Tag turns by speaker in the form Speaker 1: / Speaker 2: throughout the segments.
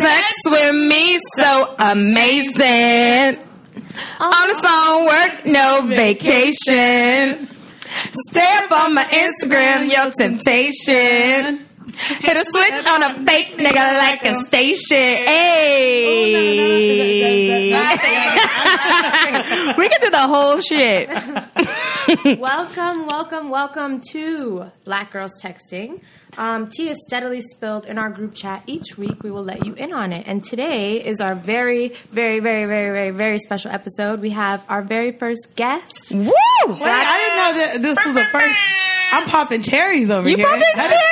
Speaker 1: sex with me so amazing. On its own work, no vacation. Stay up on my Instagram, your temptation. Hit a switch on a fake nigga like a station. Hey. we can do the whole shit.
Speaker 2: welcome, welcome, welcome to Black Girls Texting. Um, tea is steadily spilled in our group chat. Each week, we will let you in on it. And today is our very, very, very, very, very, very special episode. We have our very first guest.
Speaker 1: Woo!
Speaker 3: Wait, I didn't know that this was a first. I'm popping cherries over
Speaker 1: You
Speaker 3: here.
Speaker 1: popping cherries!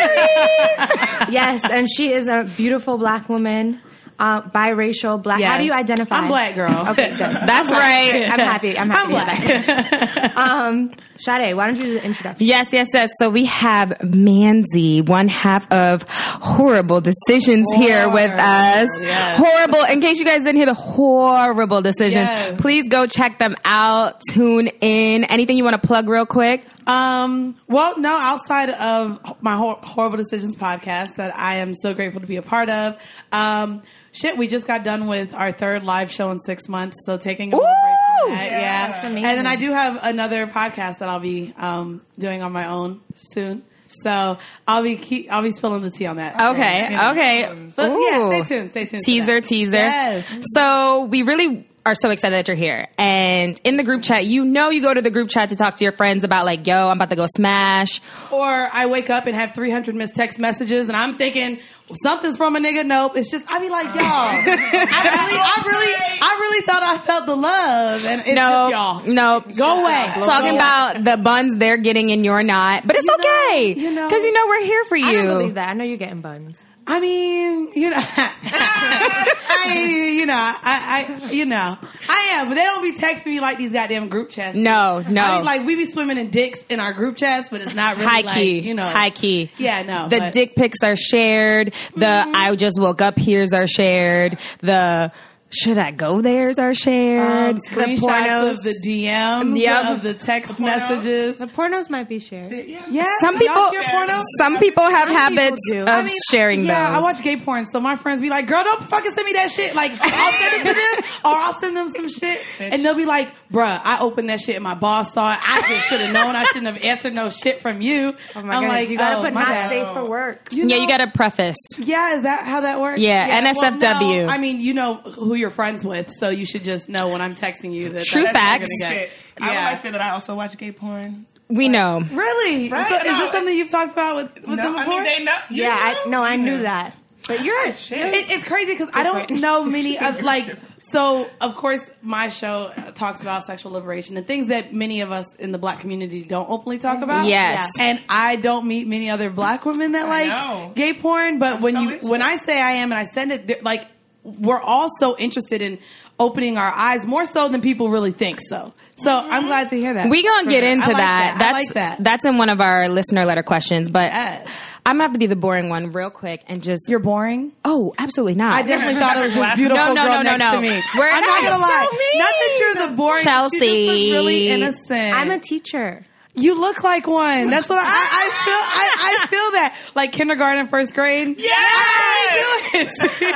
Speaker 2: yes, and she is a beautiful black woman, uh, biracial, black.
Speaker 3: Yes.
Speaker 2: How do you identify?
Speaker 3: I'm black, girl.
Speaker 2: Okay, good.
Speaker 1: That's right.
Speaker 2: I'm happy. I'm happy.
Speaker 3: I'm black.
Speaker 2: Um, Sade, why don't you do the introduction?
Speaker 1: Yes, yes, yes. So we have Mandy, one half of Horrible Decisions here with us.
Speaker 3: yes.
Speaker 1: Horrible. In case you guys didn't hear the horrible decisions,
Speaker 3: Yes.
Speaker 1: please go check them out. Tune in. Anything you want to plug real quick?
Speaker 3: Um, well, no, outside of my hor- Horrible Decisions podcast that I am so grateful to be a part of. Um, shit, we just got done with our third live show in six months, so taking a little
Speaker 1: Ooh!
Speaker 3: break from that. Yeah,
Speaker 2: that's amazing.
Speaker 3: And then I do have another podcast that I'll be um, doing on my own soon. So I'll be keep, I'll be spilling the tea on that.
Speaker 1: Okay,
Speaker 3: Yeah.
Speaker 1: okay.
Speaker 3: um, But yeah,
Speaker 1: Ooh.
Speaker 3: stay tuned. Stay tuned. for
Speaker 1: Teaser,
Speaker 3: that.
Speaker 1: teaser.
Speaker 3: Yes.
Speaker 1: So we really are so excited that you're here. And in the group chat, you know you go to the group chat to talk to your friends about like, yo, I'm about to go smash.
Speaker 3: Or I wake up and have 300 missed text messages and I'm thinking something's from a nigga. Nope. It's just, I be like, y'all, I really, I really, I really thought I felt the love and it's
Speaker 1: No,
Speaker 3: just y'all.
Speaker 1: no.
Speaker 3: Go away.
Speaker 1: talking about the buns they're getting and you're not. But it's
Speaker 3: You know,
Speaker 1: okay.
Speaker 3: you know.
Speaker 1: Because you know we're here for you.
Speaker 2: I don't believe that. I know you're getting buns.
Speaker 3: I mean, you know, I, you know, I, I, you know, I am, but they don't be texting me like these goddamn group chats.
Speaker 1: No, no.
Speaker 3: I mean, like we be swimming in dicks in our group chats, but it's not really
Speaker 1: high
Speaker 3: like,
Speaker 1: key.
Speaker 3: you know,
Speaker 1: high key.
Speaker 3: Yeah, no.
Speaker 1: The
Speaker 3: but- Mm-hmm.
Speaker 1: dick pics are shared. The I just woke up here's are shared. The should I go there's are shared.
Speaker 3: um, screenshots of the DMs,
Speaker 1: Yep.
Speaker 3: of the text messages.
Speaker 2: The pornos might be shared.
Speaker 3: Yeah,
Speaker 1: some
Speaker 3: y'all
Speaker 1: people,
Speaker 3: share porno?
Speaker 1: some people have
Speaker 2: Some people
Speaker 1: habits
Speaker 2: do.
Speaker 1: of
Speaker 2: I
Speaker 1: sharing
Speaker 3: yeah, I
Speaker 1: those.
Speaker 3: watch gay porn, so my friends be like, "Girl, don't fucking send me that shit." Like, I'll send it to them, or I'll send them some shit, and they'll be like, "Bruh, I opened that shit, and my boss saw it. I just should have known. I shouldn't have answered no shit from you." Oh
Speaker 2: my goodness, you gotta put not safe for work.
Speaker 1: yeah, you got to preface.
Speaker 3: Yeah, is that how that works?
Speaker 1: Yeah,
Speaker 3: well,
Speaker 1: NSFW.
Speaker 3: no, I mean, you know who you're friends with, so you should just know when I'm texting you. That
Speaker 1: True
Speaker 3: that's what you're
Speaker 1: facts.
Speaker 3: gonna get.
Speaker 4: Shit. I would
Speaker 3: Yeah.
Speaker 4: like to say that I also watch gay porn.
Speaker 1: We know.
Speaker 3: Really?
Speaker 4: Right,
Speaker 3: So is
Speaker 4: no.
Speaker 3: this something you've talked about with, with them
Speaker 4: no,
Speaker 3: before?
Speaker 4: I mean they know. you
Speaker 2: Yeah, I
Speaker 4: know?
Speaker 2: no, I knew
Speaker 4: Yeah.
Speaker 2: that. But you're a
Speaker 4: Shit.
Speaker 3: it, it's crazy because I don't
Speaker 2: Different.
Speaker 3: know many of like.
Speaker 4: Different.
Speaker 3: So of course, my show uh, talks about sexual liberation and things that many of us in the black community don't openly talk about.
Speaker 1: Mm-hmm. Yes.
Speaker 3: and I don't meet many other black women that
Speaker 4: know.
Speaker 3: like gay porn. But when
Speaker 4: so
Speaker 3: you
Speaker 4: into
Speaker 3: when
Speaker 4: it.
Speaker 3: I say I am and I send it, they're- like we're all so interested in opening our eyes more so than people really think. So, so I'm
Speaker 4: Mm-hmm.
Speaker 3: glad to hear that.
Speaker 1: We gonna
Speaker 3: For
Speaker 1: get
Speaker 3: sure. I
Speaker 1: into
Speaker 3: like
Speaker 1: that.
Speaker 3: I
Speaker 1: That's
Speaker 3: like that.
Speaker 1: that's in one of our listener letter questions, but
Speaker 3: Yes.
Speaker 1: I'm gonna have to be the boring one real quick and just
Speaker 3: You're boring.
Speaker 1: oh, absolutely not.
Speaker 3: I definitely thought it was this beautiful
Speaker 1: No, no,
Speaker 3: girl
Speaker 1: no, no,
Speaker 3: next
Speaker 1: no.
Speaker 3: to me.
Speaker 1: We're
Speaker 3: I'm not
Speaker 1: not-
Speaker 3: gonna lie.
Speaker 1: so mean.
Speaker 3: Not that you're the boring but You just
Speaker 1: Chelsea.
Speaker 3: look really innocent.
Speaker 2: I'm a teacher.
Speaker 3: you look like one. That's what I, I, I feel. I, I feel that like kindergarten, first grade. Yeah, I already do it.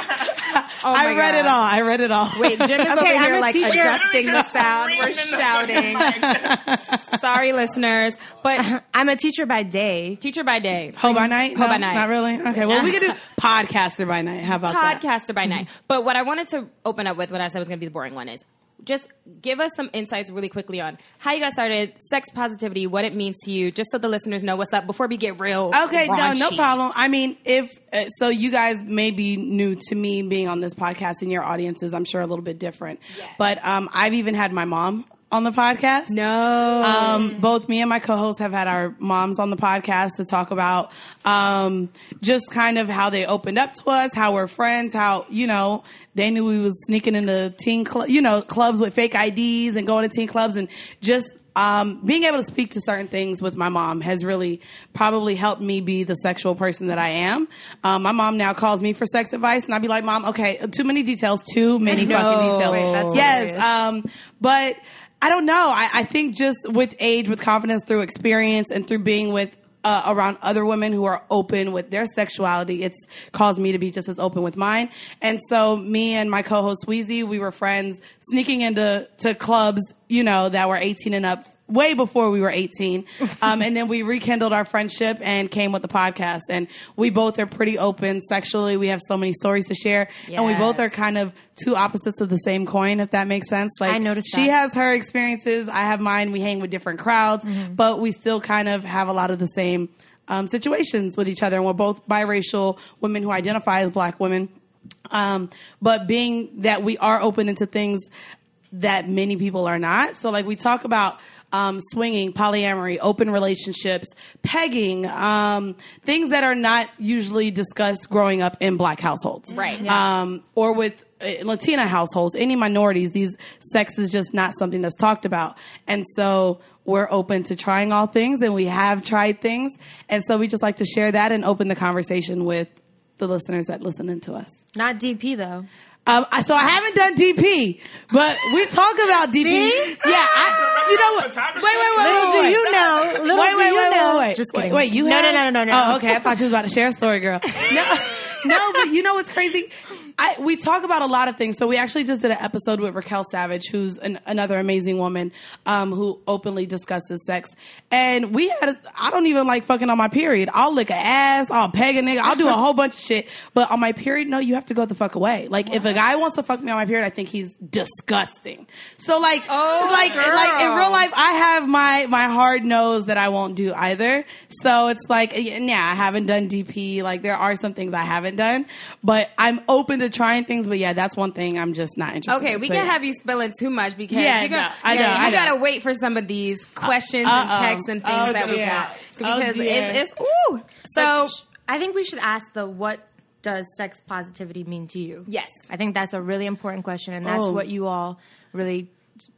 Speaker 1: Oh my
Speaker 3: I read
Speaker 1: God.
Speaker 3: it all. I read it all.
Speaker 1: Wait, Jim is over
Speaker 2: Okay, I'm
Speaker 1: here
Speaker 2: a
Speaker 1: like
Speaker 2: teacher.
Speaker 1: adjusting the
Speaker 4: Just
Speaker 1: sound. We're
Speaker 4: screaming.
Speaker 1: shouting. uh, Sorry, listeners, but
Speaker 2: I'm a teacher by day.
Speaker 1: teacher by day,
Speaker 3: Ho by night.
Speaker 1: Ho
Speaker 3: No,
Speaker 1: by night.
Speaker 3: Not really. Okay. Well, we could do podcaster by night. How about that? Mm-hmm.
Speaker 1: podcaster by night. But what I wanted to open up with, what I said was going to be the boring one, is just give us some insights really quickly on how you got started, sex positivity, what it means to you, just so the listeners know what's up before we get real.
Speaker 3: Okay,
Speaker 1: raunchy.
Speaker 3: no, no problem. I mean, if uh, so, you guys may be new to me being on this podcast, and your audience is, I'm sure, a little bit different. But um, I've even had my mom on the podcast.
Speaker 1: No.
Speaker 3: Um, both me and my co-hosts have had our moms on the podcast to talk about um, just kind of how they opened up to us, how we're friends, how you know they knew we was sneaking into teen cl- you know clubs with fake IDs and going to teen clubs and just um, being able to speak to certain things with my mom has really probably helped me be the sexual person that I am. Um, my mom now calls me for sex advice, and I'd be like, "Mom, okay, too many details, too many fucking
Speaker 1: No.
Speaker 3: details."
Speaker 1: Wait, that's
Speaker 3: yes,
Speaker 2: hilarious.
Speaker 3: um, but I don't know. I, I think just with age, with confidence, through experience, and through being with uh, around other women who are open with their sexuality. It's caused me to be just as open with mine. And so me and my co-host Wheezy, we were friends sneaking into to clubs, you know, that were 18 and up way before we were 18. Um, and then we rekindled our friendship and came with the podcast. And we both are pretty open sexually. We have so many stories to share. And we
Speaker 2: Yes.
Speaker 3: both are kind of two opposites of the same coin, if that makes sense. Like
Speaker 2: I noticed
Speaker 3: she
Speaker 2: that.
Speaker 3: has her experiences, I have mine. We hang with different crowds, but we still kind of have a lot of the same um, situations with each other. And we're both biracial women who identify as black women. Um, but being that we are open into things that many people are not. So, like, we talk about um, swinging, polyamory, open relationships, pegging, um, things that are not usually discussed growing up in black households.
Speaker 1: Right.
Speaker 3: Um, or with uh, Latina households, any minorities, these sex is just not something that's talked about. And so, we're open to trying all things and we have tried things. And so, we just like to share that and open the conversation with the listeners that listen in to us.
Speaker 2: Not DP though.
Speaker 3: Um, I- so I haven't done DP, but we talk about DP.
Speaker 2: See?
Speaker 3: Yeah, I, you know what?
Speaker 2: Little do
Speaker 3: Wait, wait, wait, wait, wait.
Speaker 2: you know. Little
Speaker 3: Oh wait,
Speaker 2: do
Speaker 3: wait,
Speaker 2: you
Speaker 3: wait,
Speaker 2: know.
Speaker 3: wait, wait.
Speaker 2: Just
Speaker 3: wait,
Speaker 2: kidding.
Speaker 3: wait, you
Speaker 2: no,
Speaker 3: have,
Speaker 2: no, no, no, no.
Speaker 3: Oh, okay. I thought you was about to share a story, girl. No, no, but you know what's crazy? I, we talk about a lot of things. So we actually just did an episode with Raquel Savage, who's an, another amazing woman um, who openly discusses sex. And we had, I don't even like fucking on my period. I'll lick a ass. I'll peg a nigga. I'll do a whole bunch of shit. But on my period, no, you have to go the fuck away. Like if a guy wants to fuck me on my period, I think he's disgusting. So like,
Speaker 1: Oh,
Speaker 3: like, like in real
Speaker 1: girl.
Speaker 3: life life, I have my my hard nose that I won't do either. So it's like, yeah, I haven't done DP. Like there are some things I haven't done, but I'm open to trying things. But yeah, that's one thing I'm just not interested.
Speaker 1: Okay,
Speaker 3: in.
Speaker 1: we
Speaker 3: So,
Speaker 1: can't
Speaker 3: yeah.
Speaker 1: have you spilling too much because
Speaker 3: Yeah,
Speaker 1: you're gonna,
Speaker 3: no, I
Speaker 1: yeah,
Speaker 3: know,
Speaker 1: you
Speaker 3: I know. Uh,
Speaker 1: gotta wait for some of these questions
Speaker 3: Uh-oh.
Speaker 1: and texts and things
Speaker 3: Oh,
Speaker 1: that we
Speaker 3: dear.
Speaker 1: got
Speaker 3: Oh,
Speaker 1: because
Speaker 3: dear. Oh,
Speaker 1: it's, it's ooh. So
Speaker 2: So I think we should ask the what does sex positivity mean to you?
Speaker 1: Yes.
Speaker 2: I think that's a really important question, and that's
Speaker 3: Oh.
Speaker 2: what you all really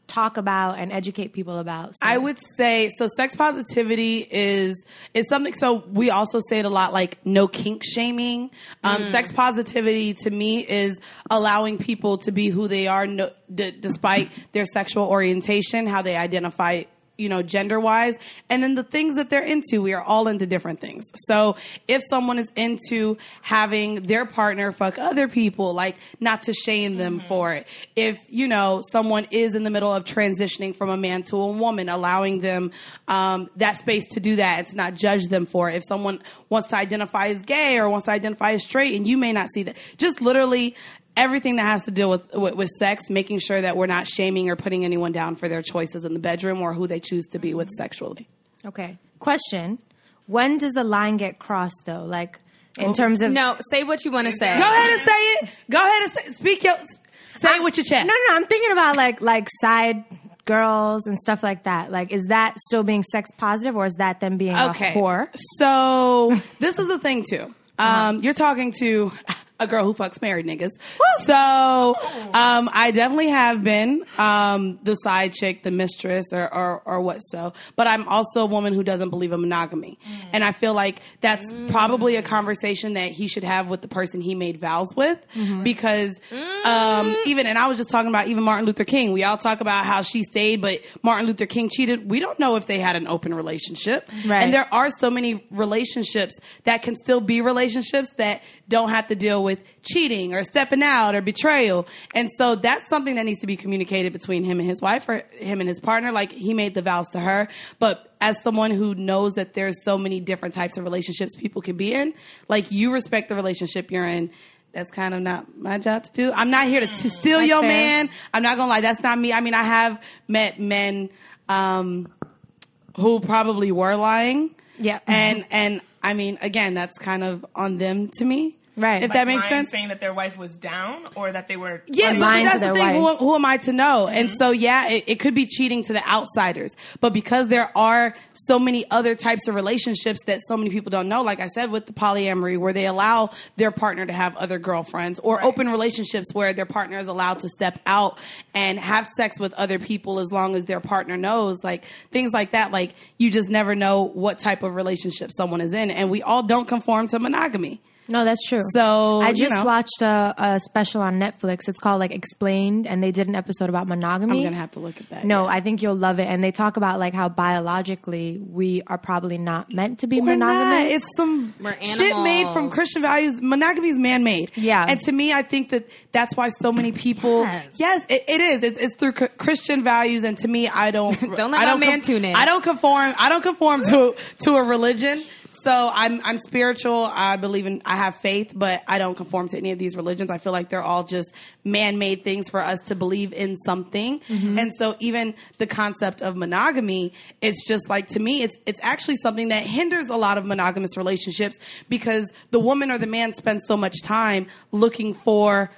Speaker 2: talk about and educate people about. So
Speaker 3: I would say so. Sex positivity is is something. So we also say it a lot, like no kink shaming. Um, Sex positivity to me is allowing people to be who they are, no, d- despite their sexual orientation, how they identify. You know, gender wise, and then the things that they're into. We are all into different things. So if someone is into having their partner fuck other people, like not to shame them for it. If, you know, someone is in the middle of transitioning from a man to a woman, allowing them um, that space to do that and to not judge them for it. If someone wants to identify as gay or wants to identify as straight and you may not see that, just literally everything that has to deal with, with with sex, making sure that we're not shaming or putting anyone down for their choices in the bedroom or who they choose to be with sexually.
Speaker 2: Okay. Question: When does the line get crossed, though? Like in terms of
Speaker 1: no, say what you want to say.
Speaker 3: Go ahead and say it. Go ahead and say, speak your say it with your chest.
Speaker 2: No, no, no. I'm thinking about like like side girls and stuff like that. Like, is that still being sex positive, or is that them being a whore?
Speaker 3: So this is the thing too. Um, You're talking to a girl who fucks married niggas. So um, I definitely have been um, the side chick, the mistress, or, or or what so. But I'm also a woman who doesn't believe in monogamy, and I feel like that's probably a conversation that he should have with the person he made vows with, because um, even and I was just talking about even Martin Luther King. We all talk about how she stayed, but Martin Luther King cheated. We don't know if they had an open relationship,
Speaker 2: Right.
Speaker 3: and there there are so many relationships that can still be relationships that don't have to deal with cheating or stepping out or betrayal. And so that's something that needs to be communicated between him and his wife or him and his partner. Like he made the vows to her, but as someone who knows that there's so many different types of relationships people can be in, like you respect the relationship you're in. That's kind of not my job to do. I'm not here to t- steal your
Speaker 2: fair.
Speaker 3: man. I'm not gonna lie. That's not me. I mean, I have met men um, who probably were lying.
Speaker 2: Yeah.
Speaker 3: And and I mean, again, that's kind of on them to me.
Speaker 2: Right.
Speaker 3: If
Speaker 2: Like
Speaker 3: that makes
Speaker 4: Lying,
Speaker 3: sense.
Speaker 4: Saying that their wife was down or that they were
Speaker 3: Yeah, but
Speaker 2: Lying
Speaker 3: that's
Speaker 2: to
Speaker 3: the
Speaker 2: their
Speaker 3: thing. Who,
Speaker 2: wife. Mm-hmm.
Speaker 3: who am I to know? And so, yeah, it, it could be cheating to the outsiders. But because there are so many other types of relationships that so many people don't know, like I said with the polyamory, where they allow their partner to have other girlfriends, or open relationships where their partner is allowed to step out and have sex with other people as long as their partner knows, like things like that. Like you just never know what type of relationship someone is in, and we all don't conform to monogamy.
Speaker 2: No, that's true.
Speaker 3: So,
Speaker 2: I
Speaker 3: you
Speaker 2: just
Speaker 3: know.
Speaker 2: watched a, a special on Netflix. It's called like Explained, and they did an episode about monogamy.
Speaker 3: I'm gonna have to look at that.
Speaker 2: No,
Speaker 3: yeah.
Speaker 2: I think you'll love it. And they talk about like how biologically we are probably not meant to be
Speaker 3: We're not.
Speaker 2: monogamous.
Speaker 3: It's some
Speaker 5: We're
Speaker 3: shit made from
Speaker 5: animals.
Speaker 3: Christian values. Monogamy is man made.
Speaker 2: Yeah.
Speaker 3: And to me, I think that that's why so many people.
Speaker 5: Yes.
Speaker 3: Yes, it, it is. It's, it's through cr- Christian values, and to me, I don't.
Speaker 1: Don't let my
Speaker 3: I don't
Speaker 1: man
Speaker 3: con-
Speaker 1: tune in.
Speaker 3: I don't conform. I don't conform to to a religion. So I'm I'm spiritual. I believe in. I have faith, but I don't conform to any of these religions. I feel like they're all just man made things for us to believe in something.
Speaker 1: Mm-hmm.
Speaker 3: And so even the concept of monogamy, it's just like to me, it's it's actually something that hinders a lot of monogamous relationships because the woman or the man spends so much time looking for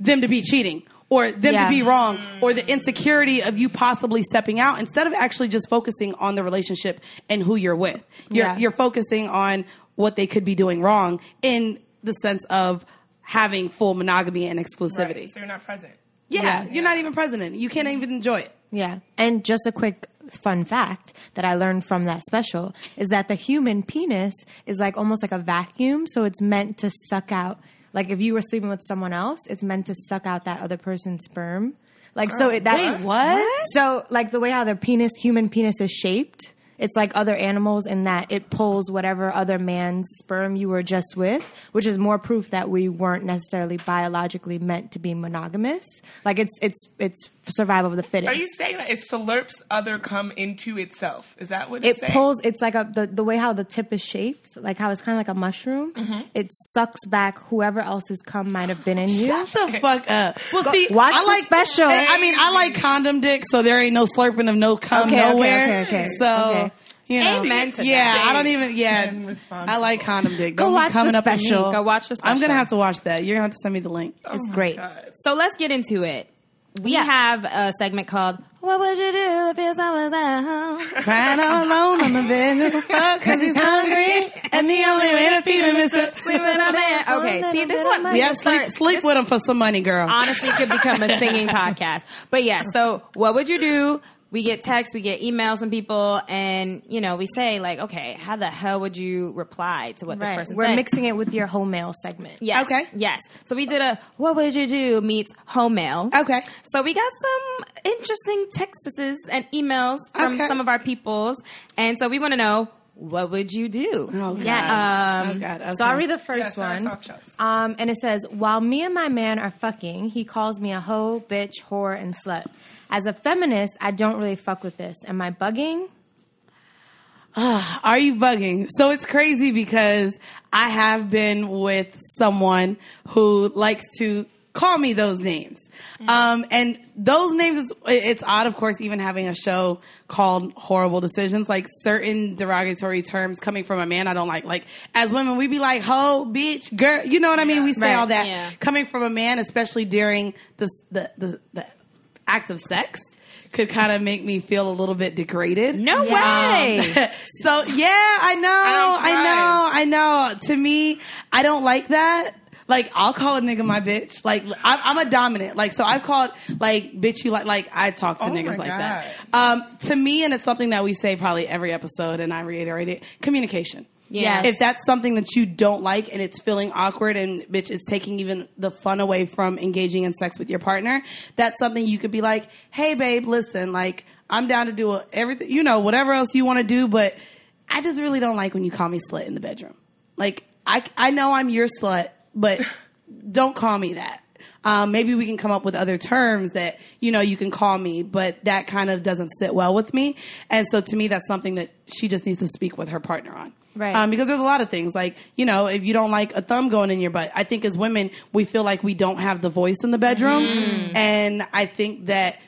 Speaker 3: them to be cheating or them
Speaker 2: Yeah.
Speaker 3: to be wrong or the insecurity of you possibly stepping out instead of actually just focusing on the relationship and who you're with. You're,
Speaker 2: Yeah.
Speaker 3: you're focusing on what they could be doing wrong in the sense of having full monogamy and exclusivity.
Speaker 4: Right, so you're not present.
Speaker 3: yeah,
Speaker 2: Yeah.
Speaker 3: you're not even president. You can't even enjoy it.
Speaker 2: yeah. And just a quick fun fact that I learned from that special is that the human penis is like almost like a vacuum, so it's meant to suck out. Like if you were sleeping with someone else, it's meant to suck out that other person's sperm. Like so, it, that
Speaker 3: Oh, Wait, what? What?
Speaker 2: So like the way how the penis, human penis, is shaped. It's like other animals in that it pulls whatever other man's sperm you were just with, which is more proof that we weren't necessarily biologically meant to be monogamous. Like it's it's it's survival of the fittest.
Speaker 4: Are you saying that it slurps other come into itself? Is that what
Speaker 2: it
Speaker 4: it's saying?
Speaker 2: pulls it's like a the, the way how the tip is shaped like how it's kind of like a mushroom it sucks back whoever else's cum might have been in you
Speaker 3: Shut the fuck up. Well, see,
Speaker 2: watch
Speaker 3: I
Speaker 2: the
Speaker 3: like
Speaker 2: special.
Speaker 3: I mean, I like condom dick, so there ain't no slurping of no cum
Speaker 2: Okay, okay,
Speaker 3: nowhere.
Speaker 2: okay, okay,
Speaker 3: So
Speaker 2: okay.
Speaker 3: you know,
Speaker 1: Amen to
Speaker 3: yeah,
Speaker 1: that.
Speaker 3: I don't even.
Speaker 4: Men
Speaker 3: Yeah,
Speaker 4: responsible.
Speaker 3: I like condom dick.
Speaker 2: Go
Speaker 3: Don't be
Speaker 2: watch the
Speaker 3: coming up at me.
Speaker 2: special.
Speaker 1: Go watch the
Speaker 3: I'm gonna
Speaker 1: special.
Speaker 3: have to watch that. You're gonna have to send me the link.
Speaker 1: Oh
Speaker 2: it's great
Speaker 4: God.
Speaker 1: So let's get into it. We
Speaker 2: Yeah.
Speaker 1: have a segment called "What Would You Do If Your Son Was at Home?"
Speaker 3: Crying all alone on the bed, cause he's hungry, and the only way to feed him is to
Speaker 1: Sleep
Speaker 3: sleep
Speaker 1: with
Speaker 3: with
Speaker 1: a
Speaker 3: him.
Speaker 1: man. Okay, see, this is what
Speaker 3: Yeah,
Speaker 1: we
Speaker 3: sleep,
Speaker 1: start-
Speaker 3: sleep with him for some money, girl.
Speaker 1: honestly could become a singing podcast. But yeah, so what would you do? We get texts, we get emails from people, and you know, we say like, okay, how the hell would you reply to what this
Speaker 2: right
Speaker 1: person
Speaker 2: we're
Speaker 1: said?
Speaker 2: mixing it with your whole mail segment
Speaker 1: Yes.
Speaker 3: Okay.
Speaker 1: Yes. So we did a what would you do meets home mail.
Speaker 3: Okay.
Speaker 1: So we got some interesting texts and emails from
Speaker 3: Okay.
Speaker 1: some of our peoples, and so we want to know what would you do?
Speaker 3: Oh, God.
Speaker 2: Yes. Uh,
Speaker 3: oh, God. Okay.
Speaker 2: So I'll read the
Speaker 4: Yeah,
Speaker 2: first
Speaker 4: sorry,
Speaker 2: one.
Speaker 4: soft shells.
Speaker 2: Um, and it says, While me and my man are fucking, he calls me a hoe, bitch, whore, and slut. As a feminist, I don't really fuck with this. Am I bugging?
Speaker 3: Are you bugging? So it's crazy because I have been with someone who likes to call me those names.
Speaker 1: Mm-hmm.
Speaker 3: Um, and those names, is, it's odd, of course, even having a show called Horrible Decisions, like certain derogatory terms coming from a man I don't like. Like, as women, we be like, ho, bitch, girl, you know what I mean? We say
Speaker 2: Right,
Speaker 3: all that.
Speaker 1: yeah.
Speaker 3: Coming from a man, especially during the, the, the, the act of sex. Could kind of make me feel a little bit degraded. Um,
Speaker 1: No way.
Speaker 3: So yeah, I know, I know, I know. To me, I don't like that. Like I'll call a nigga my bitch. Like I'm, I'm a dominant. Like so I've called like bitch you like like I talk to
Speaker 4: Oh my
Speaker 3: niggas like that. Um, to me, and it's something that we say probably every episode, and I reiterate it: communication.
Speaker 1: Yes.
Speaker 3: If that's something that you don't like and it's feeling awkward and bitch, it's taking even the fun away from engaging in sex with your partner, that's something you could be like, hey, babe, listen, like, I'm down to do a- everything, you know, whatever else you want to do, but I just really don't like when you call me slut in the bedroom. Like, I, I know I'm your slut, but don't call me that. Um, maybe we can come up with other terms that you know you can call me, but that kind of doesn't sit well with me. And so, to me, that's something that she just needs to speak with her partner on,
Speaker 2: Right.
Speaker 3: Um, because there's a lot of things like you know if you don't like a thumb going in your butt, I think as women we feel like we don't have the voice in the bedroom,
Speaker 1: Mm-hmm.
Speaker 3: and I think that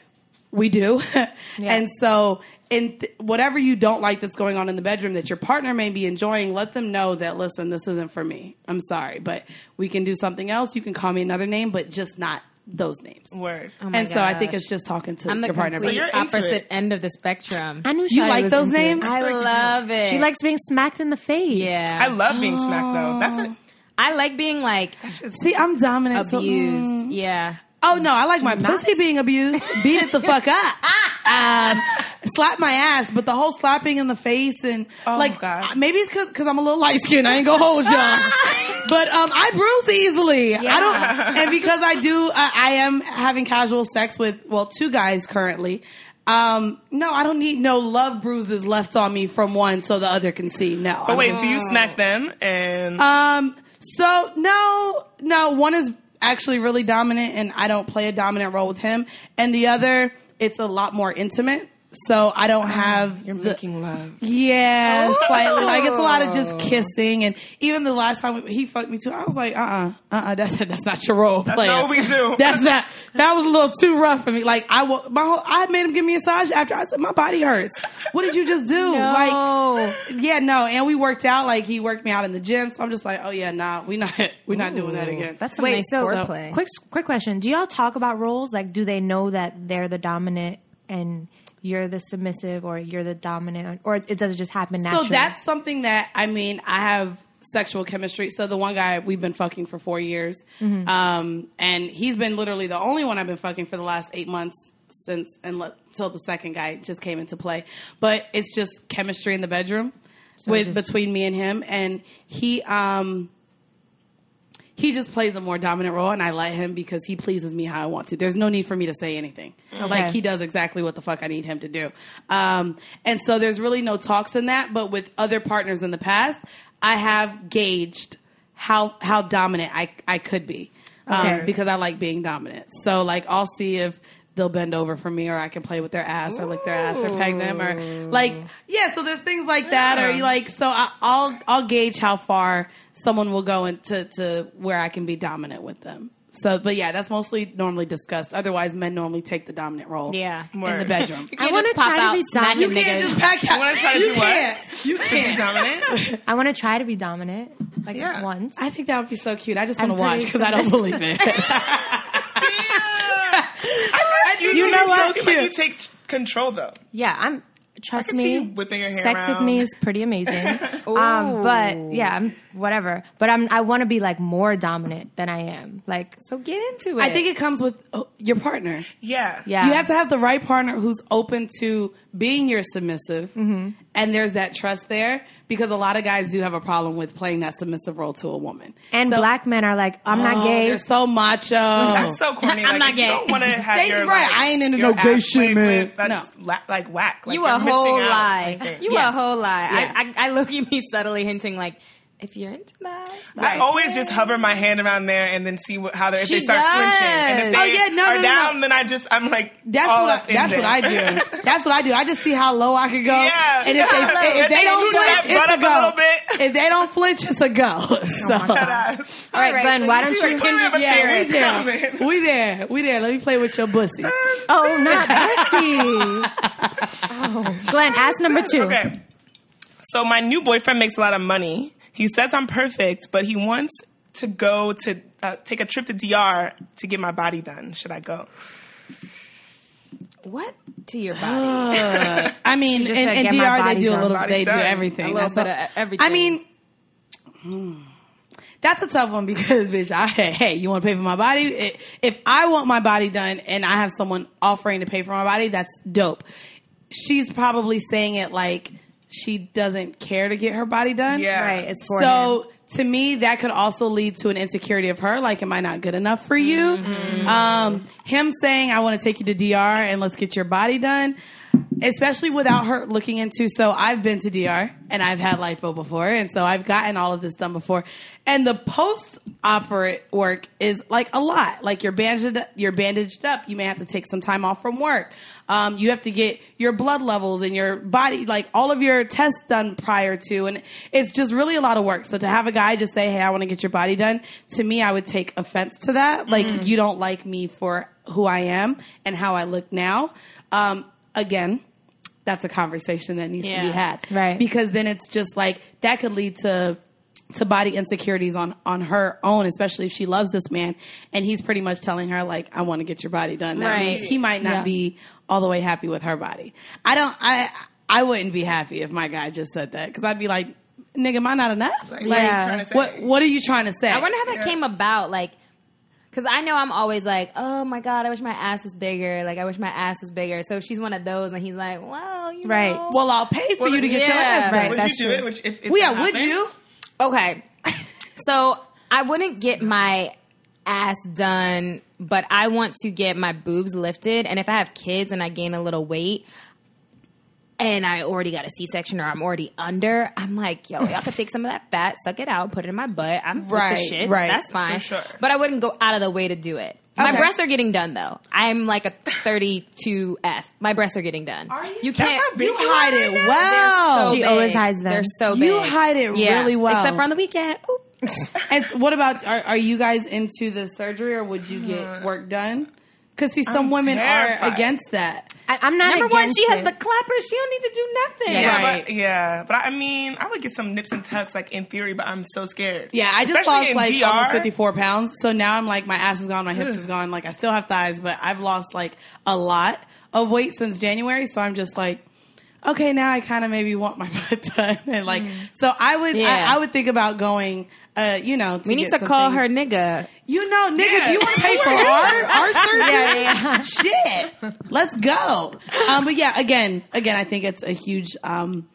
Speaker 3: we do. And so, in th- whatever you don't like that's going on in the bedroom that your partner may be enjoying, let them know that, listen, this isn't for me. I'm sorry, but we can do something else. You can call me another name, but just not those names.
Speaker 4: Word.
Speaker 1: Oh my
Speaker 3: and so I think
Speaker 1: gosh.
Speaker 3: it's just talking to
Speaker 1: I'm the
Speaker 3: your partner.
Speaker 1: complete
Speaker 4: you're into
Speaker 1: opposite
Speaker 4: it.
Speaker 1: end of the spectrum.
Speaker 2: I knew
Speaker 3: You
Speaker 2: Shawty
Speaker 3: like
Speaker 2: was
Speaker 3: those
Speaker 2: into it.
Speaker 3: names?
Speaker 1: I love it.
Speaker 2: She likes being smacked in the face.
Speaker 4: I
Speaker 1: yeah.
Speaker 4: love being smacked though. That's it.
Speaker 1: I like being like
Speaker 3: See, I'm dominant. so- mm,
Speaker 1: abused. Yeah.
Speaker 3: Oh no, I like my pussy being abused. Beat it the fuck up. um, slap my ass, but the whole slapping in the face and
Speaker 4: Oh,
Speaker 3: like
Speaker 4: God.
Speaker 3: maybe it's because I'm a little light skinned. I ain't gonna hold y'all, But um, I bruise easily. I don't, and because I do, I, I am having casual sex with well, two guys currently. Um, no, I don't need no love bruises left on me from one so the other can see. No,
Speaker 4: But Oh, wait, do you smack them and
Speaker 3: um, so no, no, one is actually really dominant and I don't play a dominant role with him. And the other, it's a lot more intimate. So I don't have
Speaker 4: Oh, you're
Speaker 3: the-
Speaker 4: making Oh. love?
Speaker 3: yeah, slightly. Like it's a lot of just kissing, and even the last time he fucked me too, I was like, uh, uh-uh, uh, that's that's not your role. Player.
Speaker 4: not what we do.
Speaker 3: That's not. That was a little too rough for me. Like I, wa- my whole, I made him give me a massage after I said my body hurts. What did you just do?
Speaker 2: Oh.
Speaker 3: Like, yeah, no. And we worked out. Like he worked me out in the gym, so I'm just like, oh yeah, nah, we not, we not doing that again.
Speaker 1: That's some
Speaker 2: Wait,
Speaker 1: nice
Speaker 2: so
Speaker 1: foreplay.
Speaker 2: quick quick question. Do y'all talk about roles? Like do they know that they're the dominant and you're the submissive or you're the dominant or it does it just happen naturally?
Speaker 3: So that's something that I mean, I have sexual chemistry. So the one guy we've been fucking for four years,
Speaker 1: Mm-hmm.
Speaker 3: um, and he's been literally the only one I've been fucking for the last eight months since until the second guy just came into play. But it's just chemistry in the bedroom with
Speaker 2: just-
Speaker 3: between me and him, and he. Um, he just plays a more dominant role, and I let him because he pleases me how I want to. There's no need for me to say anything. Like he does exactly what the fuck I need him to do. Um, and so there's really no talks in that. But with other partners in the past, I have gauged how how dominant I I could be um,
Speaker 2: Okay.
Speaker 3: because I like being dominant. So like I'll see if. They'll bend over for me, or I can play with their ass, or lick their ass, or peg them, or like, yeah. So there's things like that, or you like, so I, I'll I'll gauge how far someone will go into to where I can be dominant with them. So, but yeah, that's mostly normally discussed. Otherwise, men normally take the dominant role.
Speaker 2: Yeah.
Speaker 3: in the
Speaker 4: Word.
Speaker 3: bedroom.
Speaker 2: I want to try to be
Speaker 3: you
Speaker 2: dominant.
Speaker 3: can't just pack out.
Speaker 4: You wanna try to do what?
Speaker 3: can't. You
Speaker 4: Be
Speaker 3: can't.
Speaker 4: dominant?
Speaker 2: I want to try to be dominant like
Speaker 4: Yeah.
Speaker 2: once.
Speaker 3: I think that would be so cute. I just want to
Speaker 2: I'm
Speaker 3: watch
Speaker 2: pretty
Speaker 3: because I don't believe it.
Speaker 4: you,
Speaker 3: know
Speaker 4: still
Speaker 3: what?
Speaker 4: seem Like you take ch- control though.
Speaker 2: yeah, I'm trust
Speaker 4: can see
Speaker 2: me.
Speaker 4: you whipping your hair
Speaker 2: sex with
Speaker 4: around.
Speaker 2: me is pretty amazing. um, but yeah, I'm whatever. But I'm I want to be like more dominant than I am. Like
Speaker 1: So get into it.
Speaker 3: I think it comes with oh, your partner.
Speaker 4: Yeah.
Speaker 2: yeah.
Speaker 3: You have to have the right partner who's open to being your submissive, and there's that trust there because a lot of guys do have a problem with playing that submissive role to a woman.
Speaker 2: and
Speaker 3: So-
Speaker 2: black men are like, I'm not
Speaker 3: Oh,
Speaker 2: gay.
Speaker 3: They're so macho.
Speaker 4: That's so corny.
Speaker 1: I'm
Speaker 4: like,
Speaker 1: not
Speaker 4: if
Speaker 1: gay.
Speaker 4: You don't want to have
Speaker 3: They
Speaker 4: your
Speaker 3: right.
Speaker 4: Like,
Speaker 3: I ain't into
Speaker 4: your
Speaker 3: no gay
Speaker 4: ass
Speaker 3: shit,
Speaker 4: played
Speaker 3: man.
Speaker 4: with, That's la- like whack. Like,
Speaker 1: you
Speaker 4: you're
Speaker 1: a
Speaker 4: missing
Speaker 1: whole
Speaker 4: out.
Speaker 1: lie. You
Speaker 3: Yeah.
Speaker 1: a whole lie.
Speaker 3: Yeah.
Speaker 1: I, I, I look at me subtly hinting like, if you're into that,
Speaker 4: I always just hover my hand around there and then see what, how they, if
Speaker 1: She
Speaker 4: they start
Speaker 1: does.
Speaker 4: flinching. And if
Speaker 3: Oh,
Speaker 4: they
Speaker 3: yeah, no,
Speaker 4: are
Speaker 3: no, no,
Speaker 4: down,
Speaker 3: no.
Speaker 4: then I just I'm like
Speaker 3: That's
Speaker 4: all
Speaker 3: what
Speaker 4: up
Speaker 3: I,
Speaker 4: in
Speaker 3: that's
Speaker 4: there.
Speaker 3: what I do. That's what I do. I just see how low I can go.
Speaker 4: Yeah.
Speaker 3: And if they, if, if they
Speaker 4: If
Speaker 3: don't
Speaker 4: you do that,
Speaker 3: flinch, it's
Speaker 4: butt
Speaker 3: a
Speaker 4: up a
Speaker 3: go.
Speaker 4: little bit.
Speaker 3: If they don't flinch, it's a go. So.
Speaker 2: All right,
Speaker 1: Alright,
Speaker 2: Glenn,
Speaker 1: so
Speaker 2: why
Speaker 1: you
Speaker 2: don't
Speaker 1: two are
Speaker 2: you?
Speaker 4: Clear up a
Speaker 3: Yeah, we
Speaker 4: theory
Speaker 3: there.
Speaker 4: coming.
Speaker 3: We there. We there. Let me play with your bussy.
Speaker 2: Oh, not Bessie. Glenn, ask number two.
Speaker 4: Okay. So my new boyfriend makes a lot of money. He says I'm perfect, but he wants to go to uh, take a trip to DR to get my body done. Should I go?
Speaker 1: what to your body?
Speaker 3: I mean, in,
Speaker 2: just said,
Speaker 3: in
Speaker 2: "Get my
Speaker 3: DR, they
Speaker 2: body
Speaker 3: do a
Speaker 2: done,
Speaker 3: little,
Speaker 4: body
Speaker 3: they do
Speaker 4: done."
Speaker 3: everything.
Speaker 1: A little
Speaker 3: That's all-
Speaker 1: bit of everything.
Speaker 3: I mean, hmm, that's a tough one because, bitch, I, hey, you want to pay for my body? I- If I want my body done and I have someone offering to pay for my body, that's dope. She's probably saying it like she doesn't care to get her body done.
Speaker 4: Yeah.
Speaker 2: Right, it's for him.
Speaker 3: So to me, that could also lead to an insecurity of her. Like, am I not good enough for you?
Speaker 2: Mm-hmm.
Speaker 3: Um, him saying, I want to take you to DR and let's get your body done. Especially without her looking into. So I've been to DR and I've had lipo before. And so I've gotten all of this done before. And the post operate work is like a lot. Like you're bandaged, you're bandaged up. You may have to take some time off from work. Um, you have to get your blood levels and your body, like all of your tests done prior to. And it's just really a lot of work. So to have a guy just say, Hey, I want to get your body done. To me, I would take offense to that. Like you don't like me for who I am and how I look now. Um, again, that's a conversation that needs to
Speaker 1: Yeah.
Speaker 3: be had.
Speaker 2: Right.
Speaker 3: Because then it's just like that could lead to to body insecurities on on her own, especially if she loves this man and he's pretty much telling her like, I want to get your body done. That
Speaker 1: Right.
Speaker 3: means he might not
Speaker 2: Yeah.
Speaker 3: be all the way happy with her body. I don't I I wouldn't be happy if my guy just said that because I'd be like, nigga, am I not enough? Like,
Speaker 4: Yeah.
Speaker 3: what what are you trying to say?
Speaker 1: I wonder how that came about. Like, because I know I'm always like, oh my god, I wish my ass was bigger. Like, I wish my ass was bigger. So if she's one of those, and he's like, well, you
Speaker 2: Right.
Speaker 1: know.
Speaker 3: well, I'll pay for you to get your
Speaker 1: yeah.
Speaker 3: ass done.
Speaker 1: Right,
Speaker 4: would
Speaker 2: that's
Speaker 4: you do
Speaker 2: true.
Speaker 4: it? Which, if, if
Speaker 3: Well,
Speaker 4: it
Speaker 3: yeah, would
Speaker 4: happened?
Speaker 3: you?
Speaker 1: okay. so I wouldn't get my ass done, but I want to get my boobs lifted. And if I have kids and I gain a little weight, and I already got a C section or I'm already under, I'm like, yo, y'all could take some of that fat, suck it out, put it in my butt. I'm right,
Speaker 3: Right,
Speaker 1: the shit.
Speaker 3: right.
Speaker 1: That's fine.
Speaker 4: For sure.
Speaker 1: But I wouldn't go out of the way to do it. My
Speaker 3: Okay.
Speaker 1: breasts are getting done though. I'm like a 32F. My breasts are getting done. Are you? You
Speaker 4: That's
Speaker 1: can't.
Speaker 4: how big you,
Speaker 3: hide
Speaker 4: are
Speaker 3: it
Speaker 4: right now?
Speaker 3: well.
Speaker 1: so
Speaker 5: She
Speaker 1: big.
Speaker 5: always hides them.
Speaker 1: They're so big.
Speaker 3: You hide it really well.
Speaker 1: Except for on the weekend. Oop.
Speaker 3: And what about are, are you guys into the surgery or would you
Speaker 1: Uh-huh.
Speaker 3: get work done? Because see, some
Speaker 4: I'm
Speaker 3: women
Speaker 4: terrified.
Speaker 3: are against that.
Speaker 2: I, I'm not
Speaker 1: Number one,
Speaker 2: against
Speaker 1: she has
Speaker 2: it.
Speaker 1: the clappers. She don't need to do nothing.
Speaker 3: Yeah.
Speaker 4: Yeah,
Speaker 3: Right.
Speaker 4: but, yeah, but I mean, I would get some nips and tucks, like in theory, but I'm so scared.
Speaker 3: Yeah, I just
Speaker 4: Especially
Speaker 3: lost
Speaker 4: in
Speaker 3: like
Speaker 4: DR.
Speaker 3: almost fifty four pounds, so now I'm like my ass is gone, my hips is gone. Like I still have thighs, but I've lost like a lot of weight since January. So I'm just like, okay, now I kind of maybe want my butt done, and like so I would
Speaker 1: Mm. Yeah.
Speaker 3: I, I would think about going. Uh, you know, to
Speaker 1: We need
Speaker 3: get
Speaker 1: to
Speaker 3: some
Speaker 1: call
Speaker 3: things.
Speaker 1: her nigga.
Speaker 3: You know, nigga,
Speaker 4: Yeah.
Speaker 3: do you want to pay for our our surgery? Shit, let's go. Um, but yeah, again, again, I think it's a huge. Um,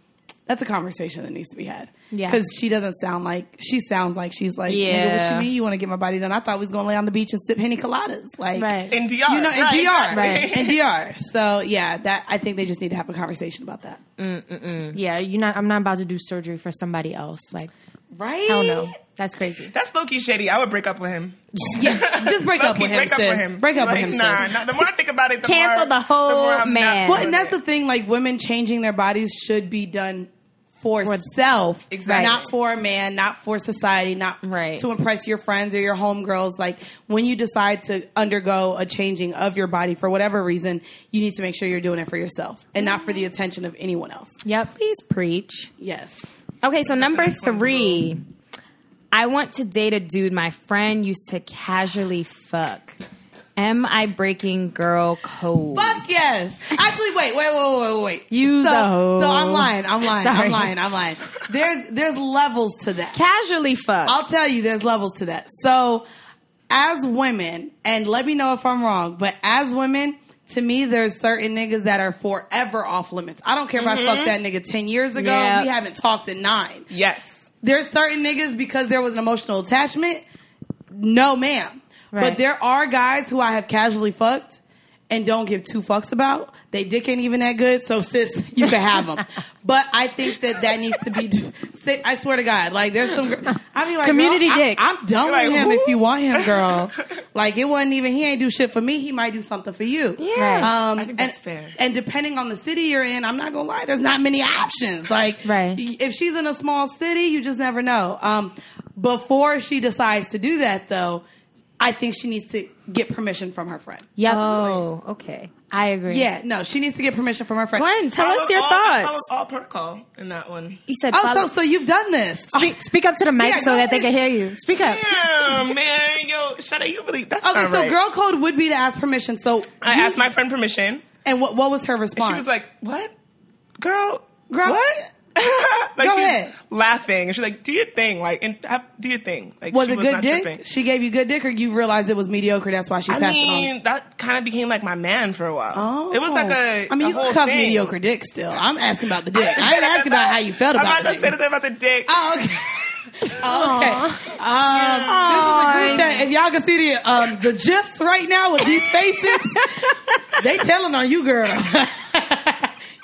Speaker 3: that's a conversation that needs to be had.
Speaker 2: Yeah.
Speaker 3: because she doesn't sound like she sounds like she's like. Yeah, what
Speaker 1: Yeah.
Speaker 3: you mean? You want to get my body done? I thought we was gonna lay on the beach and sip henny coladas, like
Speaker 2: Right.
Speaker 4: in DR.
Speaker 3: you know, in
Speaker 4: right,
Speaker 3: DR,
Speaker 4: exactly.
Speaker 3: in DR. So yeah, that I think they just need to have a conversation about that,
Speaker 2: Yeah, you're not. I'm not about to do surgery for somebody else. Like,
Speaker 3: right?
Speaker 2: hell no, that's crazy.
Speaker 4: That's low key shady. I would break up with him.
Speaker 3: Just break up
Speaker 4: Low-key,
Speaker 3: with him.
Speaker 4: break
Speaker 3: sis.
Speaker 4: up with him.
Speaker 3: Break up
Speaker 4: Like,
Speaker 3: with him. sis.
Speaker 4: Nah, nah, the more I think about it, the
Speaker 1: Cancel
Speaker 4: more,
Speaker 1: the whole
Speaker 4: more I'm not
Speaker 1: man.
Speaker 4: with
Speaker 3: Well, and that's
Speaker 4: it.
Speaker 3: the thing. Like women changing their bodies should be done for self,
Speaker 4: Exactly.
Speaker 3: not for a man, not for society, not
Speaker 1: Right.
Speaker 3: to impress your friends or your homegirls. Like when you decide to undergo a changing of your body for whatever reason, you need to make sure you're doing it for yourself and not for the attention of anyone else.
Speaker 2: Yep.
Speaker 1: Please preach.
Speaker 3: Yes.
Speaker 1: Okay, so number three, I want to date a dude my friend used to casually fuck. Am I breaking girl code?
Speaker 3: Fuck yes. Actually, wait, wait, wait, wait, wait, wait.
Speaker 1: Use
Speaker 3: so,
Speaker 1: a hoe.
Speaker 3: so I'm lying. I'm lying.
Speaker 1: Sorry.
Speaker 3: I'm lying. I'm lying. There's there's levels to that.
Speaker 1: Casually fuck.
Speaker 3: I'll tell you, there's levels to that. So, as women, and let me know if I'm wrong, but as women, to me, there's certain niggas that are forever off limits. I don't care if I fucked that nigga 10 years ago.
Speaker 1: Yeah.
Speaker 3: We haven't talked in nine.
Speaker 4: yes.
Speaker 3: There's certain niggas because there was an emotional attachment. No, ma'am. But
Speaker 2: Right.
Speaker 3: there are guys who I have casually fucked and don't give two fucks about. They dick ain't even that good, so sis, you can have them. but I think that that needs to be. si- I swear to God, like there's some. gr- I be like,
Speaker 2: Community
Speaker 3: girl,
Speaker 2: dick.
Speaker 3: I, am done
Speaker 4: You're
Speaker 3: with
Speaker 4: like,
Speaker 3: him if
Speaker 4: who?
Speaker 3: you want him, girl. like it wasn't even. He ain't do shit for me. He might do something for you.
Speaker 2: Right.
Speaker 3: Um,
Speaker 4: I think that's
Speaker 3: and,
Speaker 4: fair.
Speaker 3: And depending on the city you're in, I'm not gonna lie, there's not many options. Like,
Speaker 2: Right.
Speaker 3: y- if she's in a small city, you just never know. Um, before she decides to do that, though, I think she needs to get permission from her friend.
Speaker 2: Yep.
Speaker 1: oh, okay.
Speaker 2: I agree.
Speaker 3: Yeah, no, she needs to get permission from her friend.
Speaker 1: Glenn, tell us
Speaker 4: Followed
Speaker 1: your
Speaker 4: all, I
Speaker 1: thoughts.
Speaker 4: followed all protocol in that one.
Speaker 1: You said
Speaker 3: Oh,
Speaker 1: follow-
Speaker 3: so, so you've done this.
Speaker 2: Speak, speak up to the mic
Speaker 3: Yeah,
Speaker 2: so
Speaker 3: go
Speaker 2: that they
Speaker 3: ahead.
Speaker 2: can hear you. Speak up.
Speaker 4: Damn, man, yo, Shada, you really? That's
Speaker 3: Okay,
Speaker 4: not
Speaker 3: so
Speaker 4: right.
Speaker 3: girl code would be to ask permission. So
Speaker 4: I
Speaker 3: you-
Speaker 4: asked my friend permission.
Speaker 3: and what what was her response?
Speaker 4: She was like, "What, girl?
Speaker 3: Girl-
Speaker 4: what?" like
Speaker 3: Go
Speaker 4: she's
Speaker 3: ahead.
Speaker 4: laughing, and she's like, "Do your thing, like, and have, do your thing." Like,
Speaker 3: was
Speaker 4: she
Speaker 3: it good
Speaker 4: not
Speaker 3: dick?
Speaker 4: tripping.
Speaker 3: She gave you good dick, or you realized it was mediocre? That's why she
Speaker 4: I
Speaker 3: passed it on.
Speaker 4: mean, that kind of became like my man for a while.
Speaker 3: Oh.
Speaker 4: It was like a.
Speaker 3: I mean,
Speaker 4: a
Speaker 3: you
Speaker 4: whole
Speaker 3: can cuff
Speaker 4: thing.
Speaker 3: mediocre dick still. I'm asking about the dick.
Speaker 4: didn't
Speaker 3: I
Speaker 4: say
Speaker 3: ain't asking
Speaker 4: nothing
Speaker 3: about how you felt
Speaker 4: I'm
Speaker 3: about
Speaker 4: not
Speaker 3: the
Speaker 4: gonna say
Speaker 3: dick.
Speaker 4: nothing about the dick.
Speaker 3: Oh, okay. Oh, okay. Um, this is a group chat. If y'all can see the um, the gifs right now with these faces, they telling on you, girl.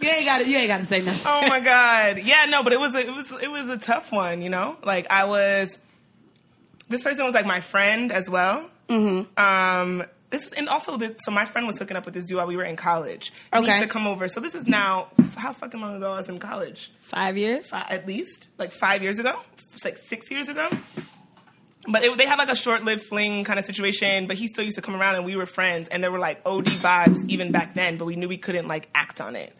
Speaker 3: you ain't got to. You ain't got to say nothing.
Speaker 4: oh my god yeah no but it was a, it was it was a tough one you know like i was this person was like my friend as well mm-hmm. um this and also the, so my friend was hooking up with this dude while we were in college and he
Speaker 3: Okay.
Speaker 4: used to come over so this is now how fucking long ago i was in college
Speaker 1: five years.
Speaker 4: fi- uh, at least like five years ago, It's like six years ago. But it, they had like a short-lived fling kind of situation. But he still used to come around, and we were friends, and there were like OD vibes even back then. But we knew we couldn't like act on it.